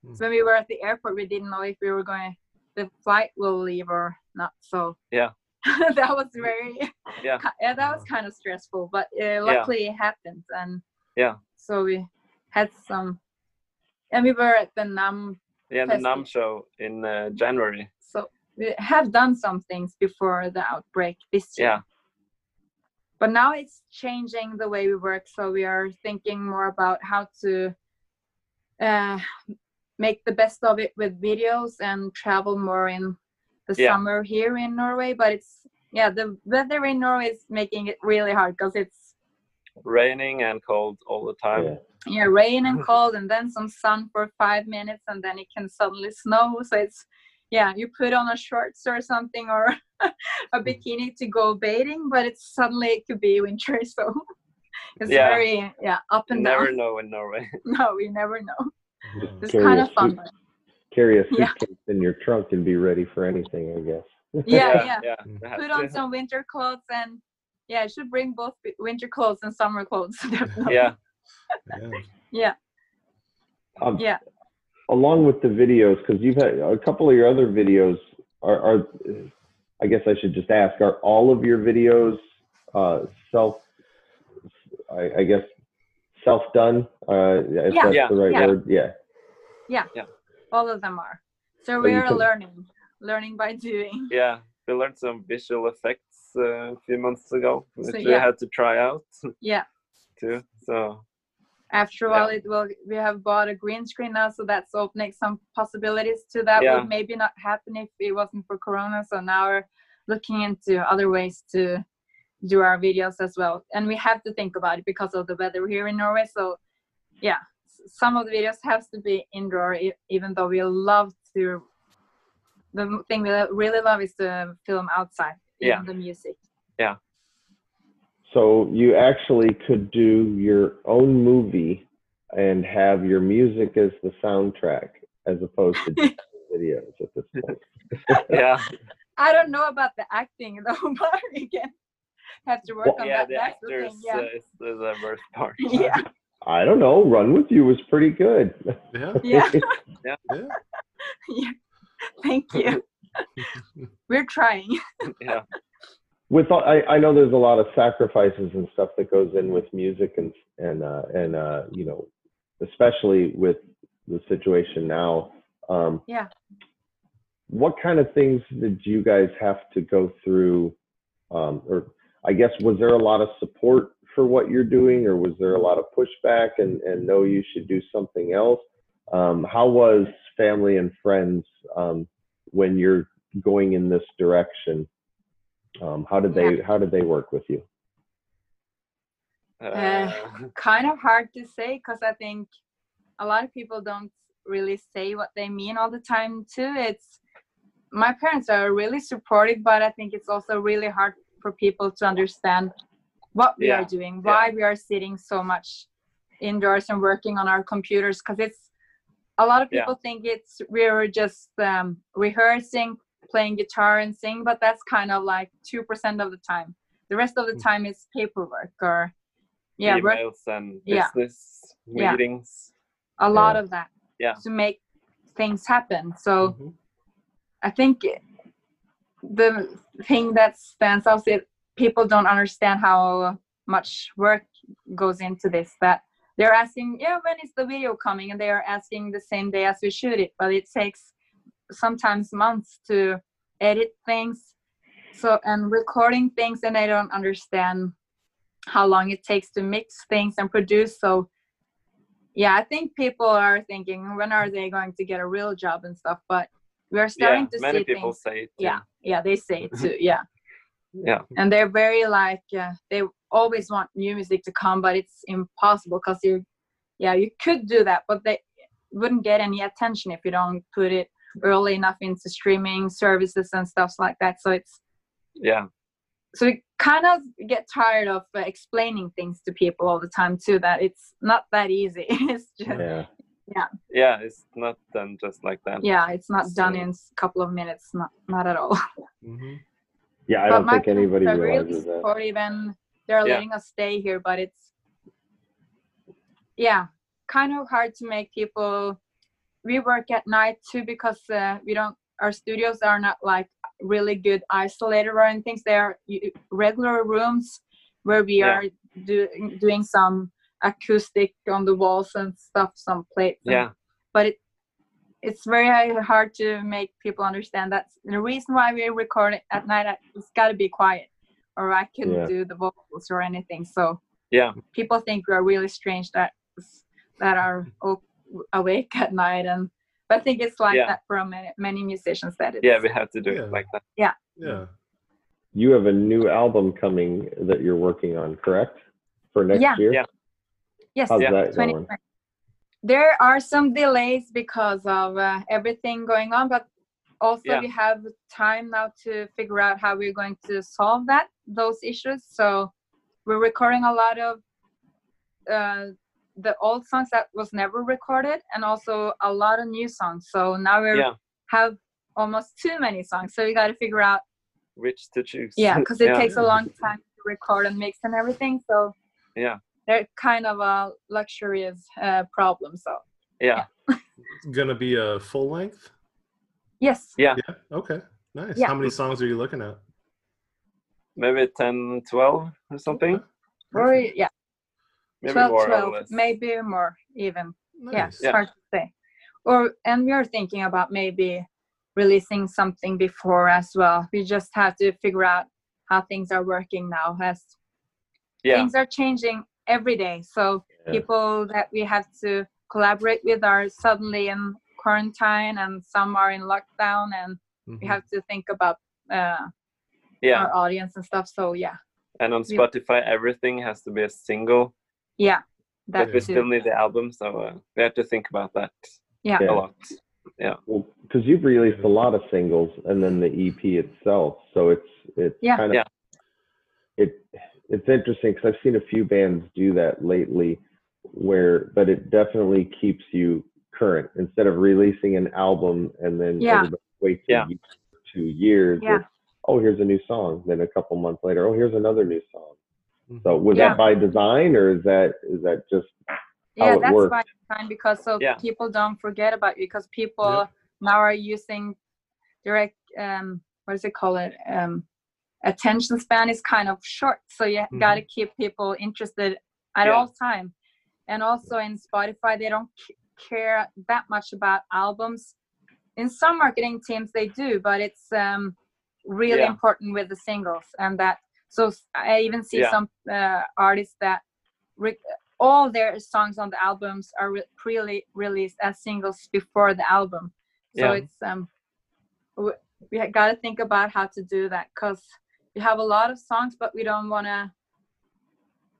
Speaker 3: Hmm.
Speaker 5: Mm.
Speaker 4: when we were at the airport, we didn't know if we were going the flight will leave or not. So
Speaker 3: Yeah.
Speaker 4: that was very
Speaker 3: Yeah. Uh-huh.
Speaker 4: ki- yeah that was kind of stressful, but uh, luckily it happened, and
Speaker 3: Yeah.
Speaker 4: so we had some. And we were at the NAM
Speaker 3: yeah the
Speaker 4: Festival.
Speaker 3: Nam show in uh, January.
Speaker 4: so we have done some things before the outbreak this year.
Speaker 3: Yeah.
Speaker 4: But now it's changing the way we work. So we are thinking more about how to uh, make the best of it with videos and travel more in the
Speaker 3: Yeah.
Speaker 4: summer here in Norway. But it's, yeah, the weather in Norway is making it really hard because it's,
Speaker 3: Raining and cold all the time.
Speaker 2: Yeah.
Speaker 4: yeah, rain and cold and then some sun for five minutes and then it can suddenly snow. So it's, yeah, you put on a shorts or something or a bikini to go bathing, but it's suddenly it could be winter. So it's
Speaker 3: Yeah.
Speaker 4: very yeah up
Speaker 3: You
Speaker 4: and
Speaker 3: never
Speaker 4: down.
Speaker 3: know in Norway.
Speaker 4: No, we never know.
Speaker 5: Wow.
Speaker 4: It's
Speaker 2: Carry
Speaker 4: kind
Speaker 2: a
Speaker 4: of fun.
Speaker 2: Carry a
Speaker 4: Yeah.
Speaker 2: suitcase in your trunk and be ready for anything, I guess.
Speaker 4: Yeah, yeah.
Speaker 3: yeah.
Speaker 5: Mm.
Speaker 3: we had
Speaker 4: Put
Speaker 3: to.
Speaker 4: on some winter clothes and yeah, I should bring both wi- winter clothes and summer clothes. definitely.
Speaker 3: yeah,
Speaker 5: Yeah.
Speaker 2: Um,
Speaker 4: Yeah.
Speaker 2: Along with the videos, because you've had a couple of your other videos are, are I guess I should just ask, are all of your videos uh, self, I, I guess, self done? Uh, if
Speaker 4: Yeah.
Speaker 2: that's
Speaker 3: Yeah.
Speaker 2: the right
Speaker 3: Yeah.
Speaker 2: word. Yeah.
Speaker 4: All of them are. So
Speaker 2: But
Speaker 4: we
Speaker 2: you
Speaker 4: are
Speaker 2: can-
Speaker 4: learning, learning by doing.
Speaker 3: yeah. We learned some visual effects uh, a few months ago, which
Speaker 4: So,
Speaker 3: we
Speaker 4: yeah.
Speaker 3: had to try out
Speaker 4: Yeah.
Speaker 3: too. So
Speaker 4: After a while, it will. We have bought a green screen now, so that's opening some possibilities to that
Speaker 3: Yeah.
Speaker 4: would maybe not happen if it wasn't for Corona. So now we're looking into other ways to do our videos as well, and we have to think about it because of the weather here in Norway. So, yeah, s- some of the videos has to be indoor, e- even though we love to. The m- thing we lo- really love is to film outside.
Speaker 3: Yeah.
Speaker 4: even The music.
Speaker 2: So you actually could do your own movie and have your music as the soundtrack as opposed to just videos at this point.
Speaker 3: yeah,
Speaker 4: I don't know about the acting though, but we can have to work on
Speaker 3: yeah.
Speaker 4: that.
Speaker 3: The
Speaker 4: That's the
Speaker 3: actors
Speaker 4: thing. Yeah.
Speaker 3: Uh, is the the worst part.
Speaker 4: yeah
Speaker 2: I don't know. Run with you was pretty good.
Speaker 5: Yeah.
Speaker 4: yeah
Speaker 5: Yeah.
Speaker 4: yeah thank you we're trying
Speaker 3: yeah,
Speaker 2: with all, I, I know there's a lot of sacrifices and stuff that goes in with music and and uh, and uh, you know especially with the situation now um,
Speaker 4: Yeah.
Speaker 2: what kind of things did you guys have to go through um, or i guess was there a lot of support for what you're doing or was there a lot of pushback and and no you should do something else um, how was family and friends um, when you're going in this direction um, how did they how did they work with you
Speaker 3: uh,
Speaker 4: kind of hard to say because i think a lot of people don't really say what they mean all the time too it's my parents are really supportive but i think it's also really hard for people to understand what we are
Speaker 3: Yeah,
Speaker 4: doing why we are sitting so much indoors and working on our computers because it's a lot of
Speaker 3: Yeah.
Speaker 4: people think it's we were just um, rehearsing playing guitar and sing but that's kind of like 2% of the time the rest of the
Speaker 5: Mm.
Speaker 4: time is paperwork or yeah work
Speaker 3: emails and
Speaker 4: yeah.
Speaker 3: business
Speaker 4: Yeah.
Speaker 3: meetings.
Speaker 4: a lot
Speaker 2: Yeah.
Speaker 4: of that
Speaker 3: Yeah.
Speaker 4: to make things happen so
Speaker 5: Mhm.
Speaker 4: i think the thing that stands out is people don't understand how much work goes into this that they're asking, yeah, when is the video coming? And they are asking the same day as we shoot it, but it takes sometimes months to edit things, so and recording things, and I don't understand how long it takes to mix things and produce. So, yeah, I think people are thinking, when are they going to get a real job and stuff? But we are starting
Speaker 3: yeah,
Speaker 4: to
Speaker 3: many
Speaker 4: see
Speaker 3: people
Speaker 4: things.
Speaker 3: say it.
Speaker 4: Yeah, yeah, they say it too. Yeah
Speaker 3: yeah,
Speaker 4: and they're very like uh, they always want new music to come but it's impossible because you yeah you could do that but they wouldn't get any attention if you don't put it early enough into streaming services and stuff like that so it's
Speaker 3: yeah,
Speaker 4: so we kind of get tired of uh, explaining things to people all the time too that it's not that easy it's just yeah,
Speaker 2: Yeah.
Speaker 3: yeah. It's not done just like that.
Speaker 4: it's not done
Speaker 3: So-
Speaker 4: in a couple of minutes not not at all
Speaker 5: hmm
Speaker 2: Yeah, I
Speaker 4: But
Speaker 2: don't
Speaker 4: my
Speaker 2: think anybody
Speaker 4: parents are really
Speaker 2: realizes that.
Speaker 4: supportive and they're
Speaker 3: Yeah.
Speaker 4: letting us stay here, but it's yeah, kind of hard to make people. We work at night too because uh, we don't. Our studios are not like really good isolated or anything. They are y- regular rooms where we
Speaker 3: Yeah.
Speaker 4: are do, doing some acoustic on the walls and stuff, some plates. and-
Speaker 3: yeah.
Speaker 4: but it it's very hard to make people understand that's the reason why we record it at night I- it's got to be quiet or i couldn't
Speaker 2: Yeah.
Speaker 4: do the vocals or anything so
Speaker 3: Yeah.
Speaker 4: people think we're really strange that that are o- awake at night and but i think it's like
Speaker 3: Yeah.
Speaker 4: that for many, many musicians that it's
Speaker 3: yeah we have to do
Speaker 5: Yeah.
Speaker 3: it like that
Speaker 5: Yeah.
Speaker 2: You have a new album coming that you're working on, correct? For next
Speaker 4: Yeah.
Speaker 2: year?
Speaker 3: Yeah.
Speaker 4: yes
Speaker 2: How's
Speaker 3: Yeah.
Speaker 2: that
Speaker 4: 2020.
Speaker 2: going?
Speaker 4: There are some delays because of uh, everything going on, but also
Speaker 3: Yeah.
Speaker 4: we have time now to figure out how we're going to solve that those issues. So we're recording a lot of uh, the old songs that was never recorded, and also a lot of new songs. So now we
Speaker 3: yeah
Speaker 4: have almost too many songs. So we got to figure out
Speaker 3: which to choose
Speaker 4: yeah because it
Speaker 3: yeah.
Speaker 4: takes a long time to record and mix and everything. So
Speaker 3: Yeah.
Speaker 4: they're kind of a luxurious uh, problem. So
Speaker 3: yeah
Speaker 5: It's gonna be a full length.
Speaker 4: yes.
Speaker 5: Yeah. Okay. Nice.
Speaker 4: Yeah.
Speaker 5: How many songs are you looking at?
Speaker 3: maybe 10 12 or something
Speaker 5: Okay.
Speaker 4: Or yeah,
Speaker 3: maybe
Speaker 4: 12,
Speaker 3: more
Speaker 4: 12,
Speaker 3: or less
Speaker 4: maybe more even. Yeah,
Speaker 5: Nice.
Speaker 4: it's hard to say. Or and we are thinking about maybe releasing something before as well. We just have to figure out how things are working now as
Speaker 3: yeah
Speaker 4: things are changing every day. So
Speaker 2: Yeah.
Speaker 4: people that we have to collaborate with are suddenly in quarantine and some are in lockdown and we
Speaker 5: Mhm.
Speaker 4: have to think about uh,
Speaker 3: yeah
Speaker 4: our audience and stuff. So yeah.
Speaker 3: and on
Speaker 4: we-
Speaker 3: spotify everything has to be a single
Speaker 4: Yeah.
Speaker 3: but
Speaker 4: That
Speaker 3: we
Speaker 5: too.
Speaker 3: still need the album so uh, we have to think about that
Speaker 4: Yeah.
Speaker 3: a
Speaker 2: Yeah.
Speaker 3: lot
Speaker 2: Well, because you've released a lot of singles and then the EP itself, so it's it's
Speaker 4: Yeah.
Speaker 2: kind of
Speaker 3: Yeah.
Speaker 2: it it's interesting because I've seen a few bands do that lately, where but it definitely keeps you current instead of releasing an album and then
Speaker 4: Yeah.
Speaker 2: everybody waits a
Speaker 3: Yeah.
Speaker 2: year, two years.
Speaker 4: Yeah.
Speaker 2: it's, oh, here's a new song. Then a couple months later, oh, here's another new song.
Speaker 5: Mhm.
Speaker 2: So was
Speaker 4: Yeah.
Speaker 2: that by design or is that is that just how
Speaker 4: yeah
Speaker 2: it
Speaker 4: that's
Speaker 2: works.
Speaker 4: why it's fine because so
Speaker 3: Yeah.
Speaker 4: people don't forget about you because people
Speaker 5: Yeah.
Speaker 4: now are using direct um what does it call it um attention span is kind of short so you got to keep people interested at
Speaker 3: Mm-hmm. Yeah.
Speaker 4: all time and also in spotify they don't c- care that much about albums in some marketing teams they do but it's um really
Speaker 3: Yeah.
Speaker 4: important with the singles and that so s- i even see
Speaker 3: Yeah.
Speaker 4: some uh, artists that re- all their songs on the albums are re- really released as singles before the album so
Speaker 3: Yeah.
Speaker 4: it's um w- we got to think about how to do that because we have a lot of songs but we don't want to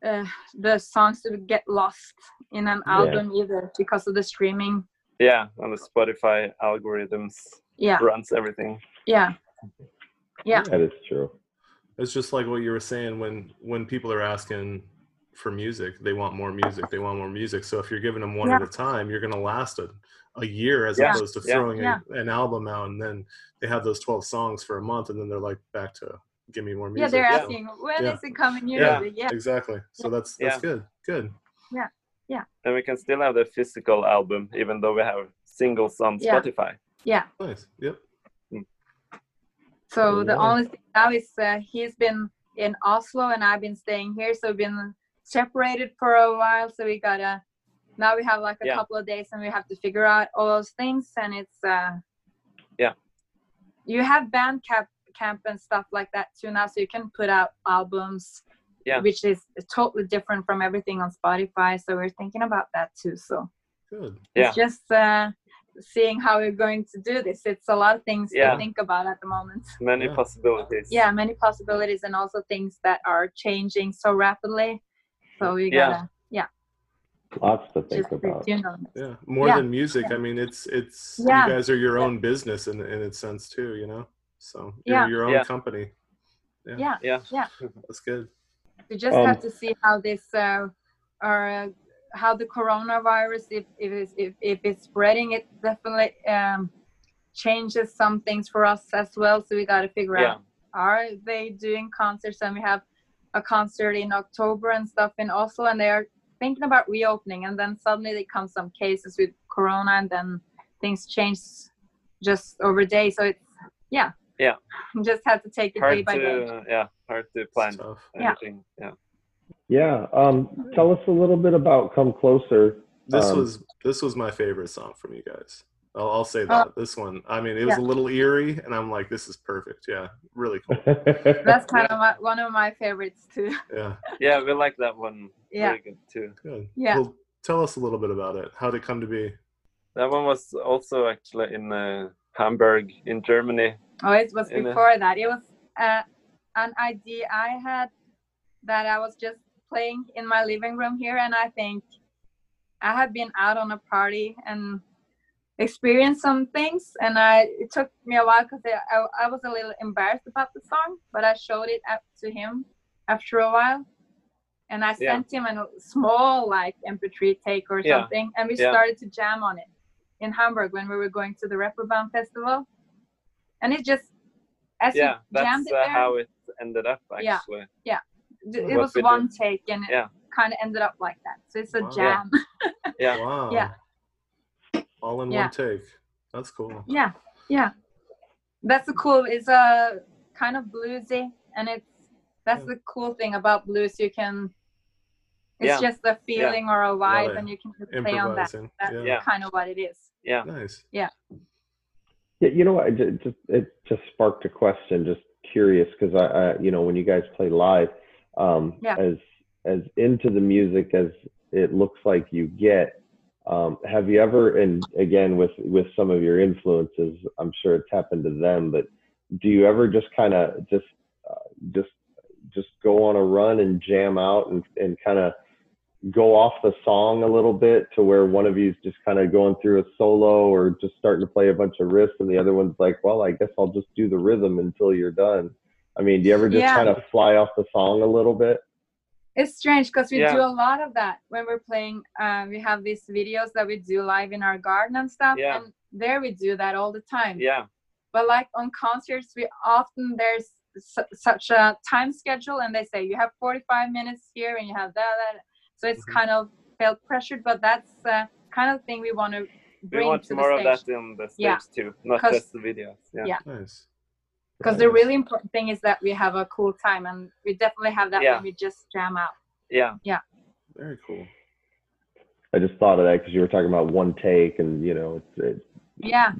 Speaker 4: uh, the songs to get lost in an
Speaker 5: Yeah.
Speaker 4: album either because of the streaming
Speaker 3: yeah and the spotify algorithms
Speaker 4: yeah
Speaker 3: runs everything
Speaker 4: yeah Yeah.
Speaker 2: that is true.
Speaker 5: It's just like what you were saying when when people are asking for music, they want more music. They want more music. So if you're giving them one
Speaker 4: Yeah.
Speaker 5: at a time, you're going to last a, a year as
Speaker 3: Yeah,
Speaker 5: opposed to
Speaker 3: yeah,
Speaker 5: throwing
Speaker 4: yeah.
Speaker 5: A, an album out and then they have those 12 songs for a month and then they're like back to give me more
Speaker 4: yeah
Speaker 5: music.
Speaker 4: they're
Speaker 5: So-
Speaker 4: asking when is
Speaker 5: Yeah.
Speaker 4: it coming new
Speaker 5: Yeah.
Speaker 4: music? yeah
Speaker 5: Exactly. So that's that's
Speaker 3: Yeah.
Speaker 5: good. Good.
Speaker 3: and we can still have the physical album even though we have singles on
Speaker 4: Yeah.
Speaker 3: spotify
Speaker 5: Nice. Yep.
Speaker 4: So the
Speaker 5: Yeah.
Speaker 4: only thing now is uh, he's been in Oslo and I've been staying here, so we've been separated for a while. So we gotta now we have like a
Speaker 3: Yeah.
Speaker 4: couple of days and we have to figure out all those things and it's uh
Speaker 3: Yeah.
Speaker 4: you have band camp camp and stuff like that too now so you can put out albums
Speaker 3: Yeah.
Speaker 4: which is totally different from everything on spotify so we're thinking about that too so
Speaker 5: Good.
Speaker 4: it's just uh seeing how we're going to do this it's a lot of things
Speaker 3: Yeah.
Speaker 4: to think about at the moment
Speaker 3: Many
Speaker 5: Yeah.
Speaker 3: possibilities.
Speaker 4: yeah many possibilities and also things that are changing so rapidly so we
Speaker 3: Yeah.
Speaker 4: gotta
Speaker 2: Lots to think
Speaker 4: just stay
Speaker 2: about.
Speaker 4: tuned on this.
Speaker 5: Yeah. More
Speaker 4: Yeah.
Speaker 5: than music. I mean, it's it's
Speaker 4: Yeah.
Speaker 5: you guys are your own business in in its sense too. You know. So you're
Speaker 4: Yeah.
Speaker 5: your own
Speaker 3: Yeah.
Speaker 5: company. Yeah.
Speaker 4: yeah
Speaker 3: Yeah.
Speaker 5: That's good.
Speaker 4: we just
Speaker 2: Um,
Speaker 4: have to see how this uh or uh, how the coronavirus if if it's, if, if it's spreading it definitely um changes some things for us as well so we got to figure
Speaker 3: Yeah.
Speaker 4: out are they doing concerts and we have a concert in october and stuff in oslo and they are thinking about reopening and then suddenly there come some cases with corona and then things change just over day so it's yeah
Speaker 3: Yeah.
Speaker 4: You just have to take it day
Speaker 3: Hard
Speaker 4: by day
Speaker 3: to uh, yeah, hard to plan
Speaker 5: It's tough.
Speaker 4: Yeah.
Speaker 3: anything. Yeah.
Speaker 2: Yeah. Um, tell us a little bit about Come Closer.
Speaker 5: This
Speaker 2: Um,
Speaker 5: was this was my favorite song from you guys. I'll, I'll say
Speaker 4: Oh.
Speaker 5: that. this one. I mean, it was
Speaker 4: Yeah.
Speaker 5: a little eerie, and I'm like, this is perfect. Yeah. Really cool.
Speaker 4: that's kind of my, one of my favorites too
Speaker 5: Yeah.
Speaker 3: Yeah, we like that one.
Speaker 4: yeah
Speaker 3: Very good too.
Speaker 5: Good.
Speaker 4: Yeah.
Speaker 5: Well, tell us a little bit about it. How did it come to be?
Speaker 3: That one was also actually in uh, Hamburg in Germany.
Speaker 4: Oh, it was
Speaker 3: And, uh,
Speaker 4: before that. It was uh, an idea I had that I was just playing in my living room here, and I think I had been out on a party and experienced some things, and I it took me a while because I, I, I was a little embarrassed about the song, but I showed it up to him after a while, and I
Speaker 3: Yeah.
Speaker 4: sent him a small like MP3 take or
Speaker 3: Yeah.
Speaker 4: something, and we
Speaker 3: Yeah.
Speaker 4: started to jam on it in Hamburg when we were going to the Reeperbahn Festival, and it just as
Speaker 3: yeah,
Speaker 4: we jammed
Speaker 3: that's
Speaker 4: it
Speaker 3: uh,
Speaker 4: there,
Speaker 3: how it ended up
Speaker 4: Yeah.
Speaker 3: actually.
Speaker 4: d- it
Speaker 3: what
Speaker 4: was
Speaker 3: we
Speaker 4: one take and it
Speaker 3: Yeah.
Speaker 4: kind of ended up like that. So it's a
Speaker 5: Wow.
Speaker 4: jam.
Speaker 3: Yeah.
Speaker 5: Wow.
Speaker 4: Yeah.
Speaker 5: All in
Speaker 4: Yeah.
Speaker 5: one take. That's cool.
Speaker 4: yeah yeah that's the cool it's a kind of bluesy and it's that's the cool thing about blues you can it's just a feeling or a vibe
Speaker 5: Love it.
Speaker 4: and you can just play on that
Speaker 5: Improvising.
Speaker 4: that's
Speaker 5: yeah.
Speaker 3: Yeah.
Speaker 4: kind of what it is
Speaker 3: Yeah.
Speaker 5: Nice.
Speaker 2: Yeah, you know, what, it just it just sparked a question. Just curious because I, I, you know, when you guys play live, um,
Speaker 4: Yeah.
Speaker 2: as as into the music as it looks like you get, um, have you ever, and again with with some of your influences, I'm sure it's happened to them, but do you ever just kind of just uh, just just go on a run and jam out and and kind of go off the song a little bit to where one of you's just kind of going through a solo or just starting to play a bunch of riffs and the other one's like, well, I guess I'll just do the rhythm until you're done. I mean, do you ever just
Speaker 4: Yeah.
Speaker 2: kind of fly off the song a little bit?
Speaker 4: it's strange because we
Speaker 3: Yeah.
Speaker 4: do a lot of that when we're playing uh, we have these videos that we do live in our garden and stuff
Speaker 3: Yeah.
Speaker 4: and there we do that all the time
Speaker 3: Yeah.
Speaker 4: but like on concerts we often there's su- such a time schedule and they say you have 45 minutes here and you have that, that. so it's
Speaker 3: Mm-hmm.
Speaker 5: Mhm.
Speaker 4: kind of felt pressured but that's uh, kind of thing we want to
Speaker 3: We
Speaker 4: bring
Speaker 3: want
Speaker 4: to
Speaker 3: more
Speaker 4: the
Speaker 3: of that
Speaker 4: stage
Speaker 3: in the stage
Speaker 4: Yeah.
Speaker 3: too, not
Speaker 4: 'Cause-
Speaker 3: just the videos. Yeah.
Speaker 4: yeah.
Speaker 5: Nice.
Speaker 4: because the really important thing is that we have a cool time and we definitely have that
Speaker 3: Yeah.
Speaker 4: when we just jam out
Speaker 3: Yeah.
Speaker 5: Very cool.
Speaker 2: I just thought of that because you were talking about one take and, you know, it's, it's
Speaker 4: yeah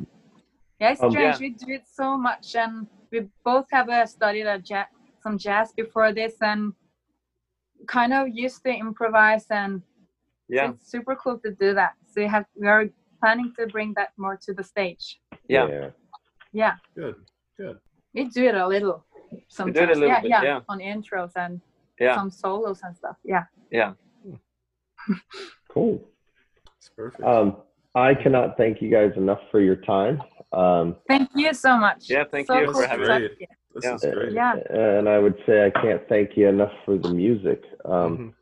Speaker 4: yeah it's
Speaker 2: Um,
Speaker 4: strange we do it so much and we both have uh, studied a ja- some jazz before this and kind of used to improvise and So
Speaker 3: Yeah.
Speaker 4: it's super cool to do that. So you have we are planning to bring that more to the stage.
Speaker 3: Yeah.
Speaker 4: Yeah,
Speaker 5: Good. Good.
Speaker 4: we do it a little
Speaker 3: We
Speaker 4: sometimes.
Speaker 3: do it a little
Speaker 4: yeah,
Speaker 3: bit,
Speaker 4: yeah,
Speaker 3: yeah.
Speaker 4: on intros and
Speaker 3: Yeah.
Speaker 4: some solos and stuff. Yeah,
Speaker 2: cool.
Speaker 5: It's perfect.
Speaker 2: Um, I cannot thank you guys enough for your time. Um,
Speaker 4: thank you so much.
Speaker 3: Yeah, thank
Speaker 4: so
Speaker 3: you
Speaker 4: cool
Speaker 3: for
Speaker 4: to
Speaker 3: having
Speaker 4: talk
Speaker 5: me.
Speaker 4: to you.
Speaker 5: this
Speaker 3: yeah.
Speaker 5: is great.
Speaker 4: Yeah,
Speaker 2: and I would say I can't thank you enough for the music. Um,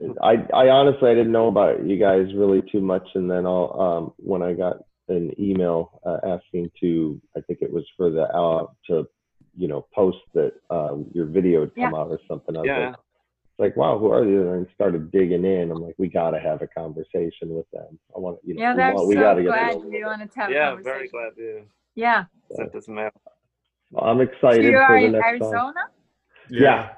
Speaker 5: Mhm.
Speaker 2: I, I honestly I didn't know about you guys really too much, and then I'll, um, when I got an email uh, asking to, I think it was for the uh, to, you know, post that uh, your video had come out or something. I was
Speaker 3: Yeah.
Speaker 2: like, it's like, wow, who are these? And started digging in. I'm like, we got to have a conversation with them. I want, you know,
Speaker 4: yeah, they're
Speaker 2: we, want, we
Speaker 4: so
Speaker 2: gotta get.
Speaker 4: glad
Speaker 2: to know
Speaker 4: you
Speaker 2: them.
Speaker 4: wanted to have a
Speaker 3: Yeah,
Speaker 4: conversation.
Speaker 3: very glad you
Speaker 4: Yeah,
Speaker 3: sent us a mail.
Speaker 2: I'm
Speaker 4: so
Speaker 2: excited
Speaker 4: you are
Speaker 2: for the
Speaker 4: in
Speaker 2: next song.
Speaker 4: Arizona.
Speaker 5: Mm-hmm. Yeah.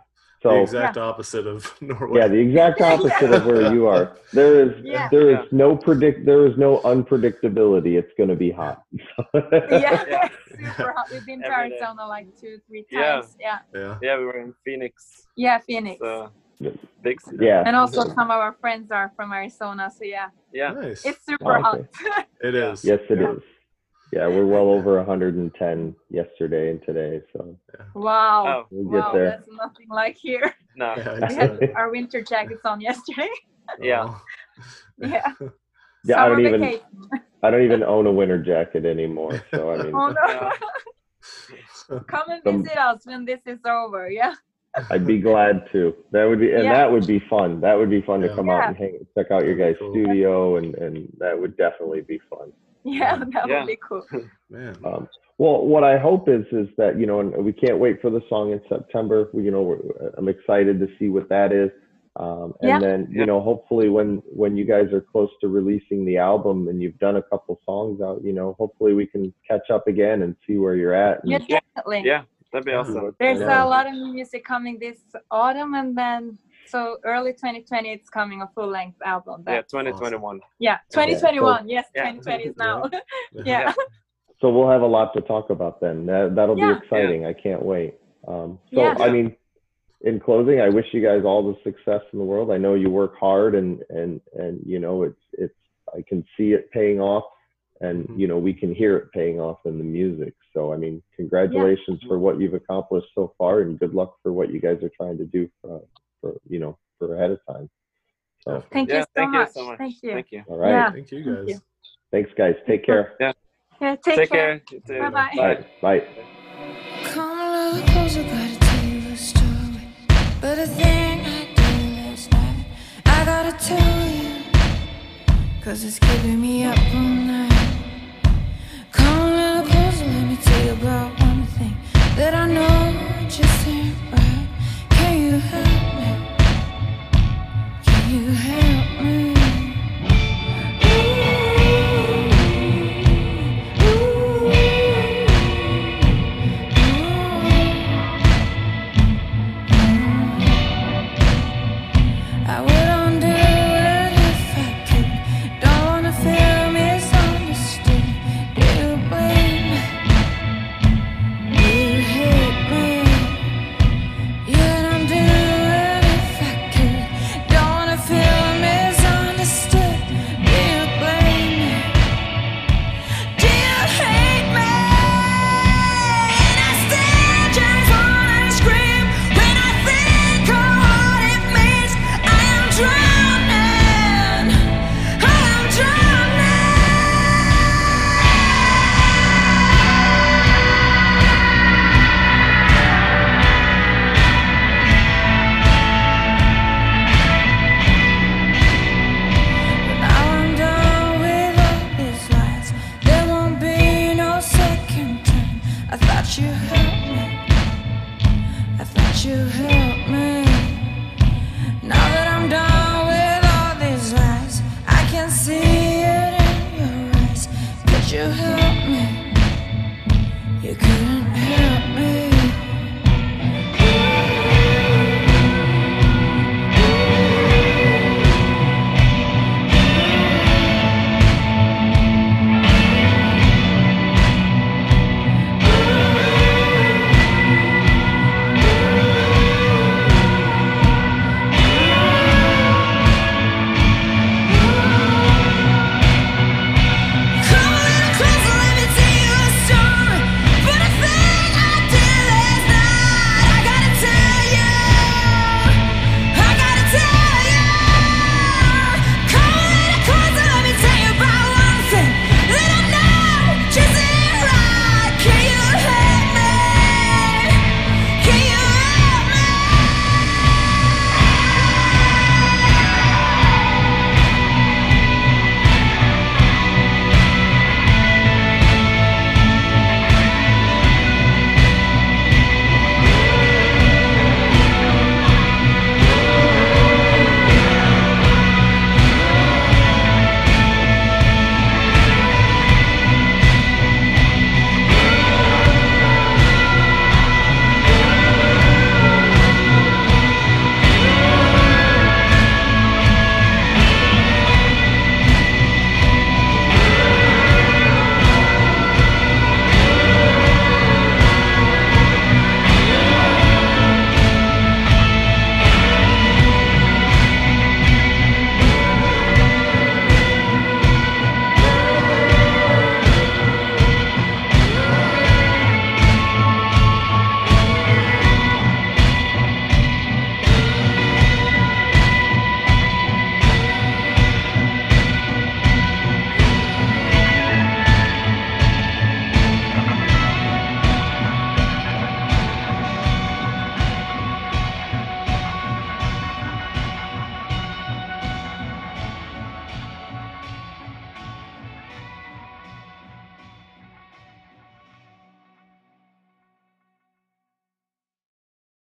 Speaker 2: So
Speaker 5: the exact opposite of Norway.
Speaker 2: yeah, the exact opposite of where you are. There is
Speaker 4: Yeah.
Speaker 2: there is
Speaker 3: Yeah.
Speaker 2: no predict there is no unpredictability. It's going to be hot.
Speaker 4: yeah,
Speaker 3: Yeah.
Speaker 4: super hot. We've been to
Speaker 3: Every day.
Speaker 4: Arizona like two, three
Speaker 3: Yeah.
Speaker 4: times. Yeah,
Speaker 5: yeah.
Speaker 3: Yeah, we were in Phoenix.
Speaker 4: yeah, Phoenix.
Speaker 3: So big city.
Speaker 2: yeah.
Speaker 4: and also, some of our friends are from Arizona. So yeah,
Speaker 3: Yeah.
Speaker 5: Nice.
Speaker 4: it's super
Speaker 2: Okay.
Speaker 4: hot.
Speaker 5: It
Speaker 3: Yeah.
Speaker 5: is.
Speaker 2: Yes, it
Speaker 5: Yeah.
Speaker 2: is. Yeah, we're well over 110 yesterday and today, so
Speaker 4: wow.
Speaker 3: Oh,
Speaker 2: we'll get
Speaker 4: Wow,
Speaker 2: there.
Speaker 4: that's nothing like here.
Speaker 3: no.
Speaker 5: Yeah,
Speaker 4: We
Speaker 5: exactly.
Speaker 4: had our winter jackets on yesterday.
Speaker 3: Yeah.
Speaker 5: Oh.
Speaker 4: Yeah.
Speaker 2: Yeah, I
Speaker 4: Summer
Speaker 2: don't even-
Speaker 4: vacation.
Speaker 2: I don't even own a winter jacket anymore, so I mean,
Speaker 4: Oh no!
Speaker 3: Yeah.
Speaker 5: Oh.
Speaker 4: Come and
Speaker 2: Some-
Speaker 4: visit us when this is over. Yeah.
Speaker 2: I'd be glad to. That would be, and
Speaker 4: Yeah.
Speaker 2: that would be fun. That would be fun to
Speaker 5: Yeah.
Speaker 2: come out and hang, check out your guys'
Speaker 5: Cool.
Speaker 2: studio, and and that would definitely be fun.
Speaker 4: Yeah, that
Speaker 3: Yeah.
Speaker 4: would be cool.
Speaker 5: Man.
Speaker 2: Um, well, what I hope is is that you know, and we can't wait for the song in September. We, you know, we're, I'm excited to see what that is, um, and
Speaker 4: Yeah.
Speaker 2: then you
Speaker 3: Yeah.
Speaker 2: know, hopefully when when you guys are close to releasing the album and you've done a couple songs out, you know, hopefully we can catch up again and see where you're at. And,
Speaker 4: Yeah, definitely.
Speaker 3: Yeah, that'd be
Speaker 5: Yeah.
Speaker 3: awesome.
Speaker 4: There's
Speaker 2: Yeah.
Speaker 4: a lot of new music coming this autumn, and then so early 2020, it's coming a full length album.
Speaker 3: Yeah,
Speaker 4: That,
Speaker 3: 2021.
Speaker 4: yeah.
Speaker 5: Yeah.
Speaker 4: 2021. Yes,
Speaker 3: Yeah.
Speaker 4: 2020 is now.
Speaker 5: Yeah.
Speaker 4: yeah.
Speaker 2: So we'll have a lot to talk about then. That, that'll
Speaker 4: Yeah.
Speaker 2: be exciting. I can't wait. Um, so
Speaker 4: Yeah.
Speaker 2: I mean, in closing, I wish you guys all the success in the world. I know you work hard, and and and you know it's it's I can see it paying off, and
Speaker 4: Mm-hmm.
Speaker 5: Mhm.
Speaker 2: you know we can hear it paying off in the music. So I mean, congratulations for what you've accomplished so far, and good luck for what you guys are trying to do for, for you know for ahead of time. So
Speaker 4: Thank you
Speaker 3: Yeah,
Speaker 4: so
Speaker 3: thank
Speaker 4: much.
Speaker 3: you so much.
Speaker 4: Thank you.
Speaker 3: Thank you.
Speaker 2: all right,
Speaker 4: Yeah.
Speaker 5: Thank you
Speaker 4: Thank
Speaker 5: guys.
Speaker 4: you.
Speaker 2: thanks guys. Take care.
Speaker 4: Yeah, take,
Speaker 3: Take care.
Speaker 4: care.
Speaker 3: You too.
Speaker 4: Bye-bye.
Speaker 2: All right, bye.
Speaker 1: Come a little closer, gotta tell you a story. But a thing I did last night, I gotta tell you, cause it's keeping me up all night.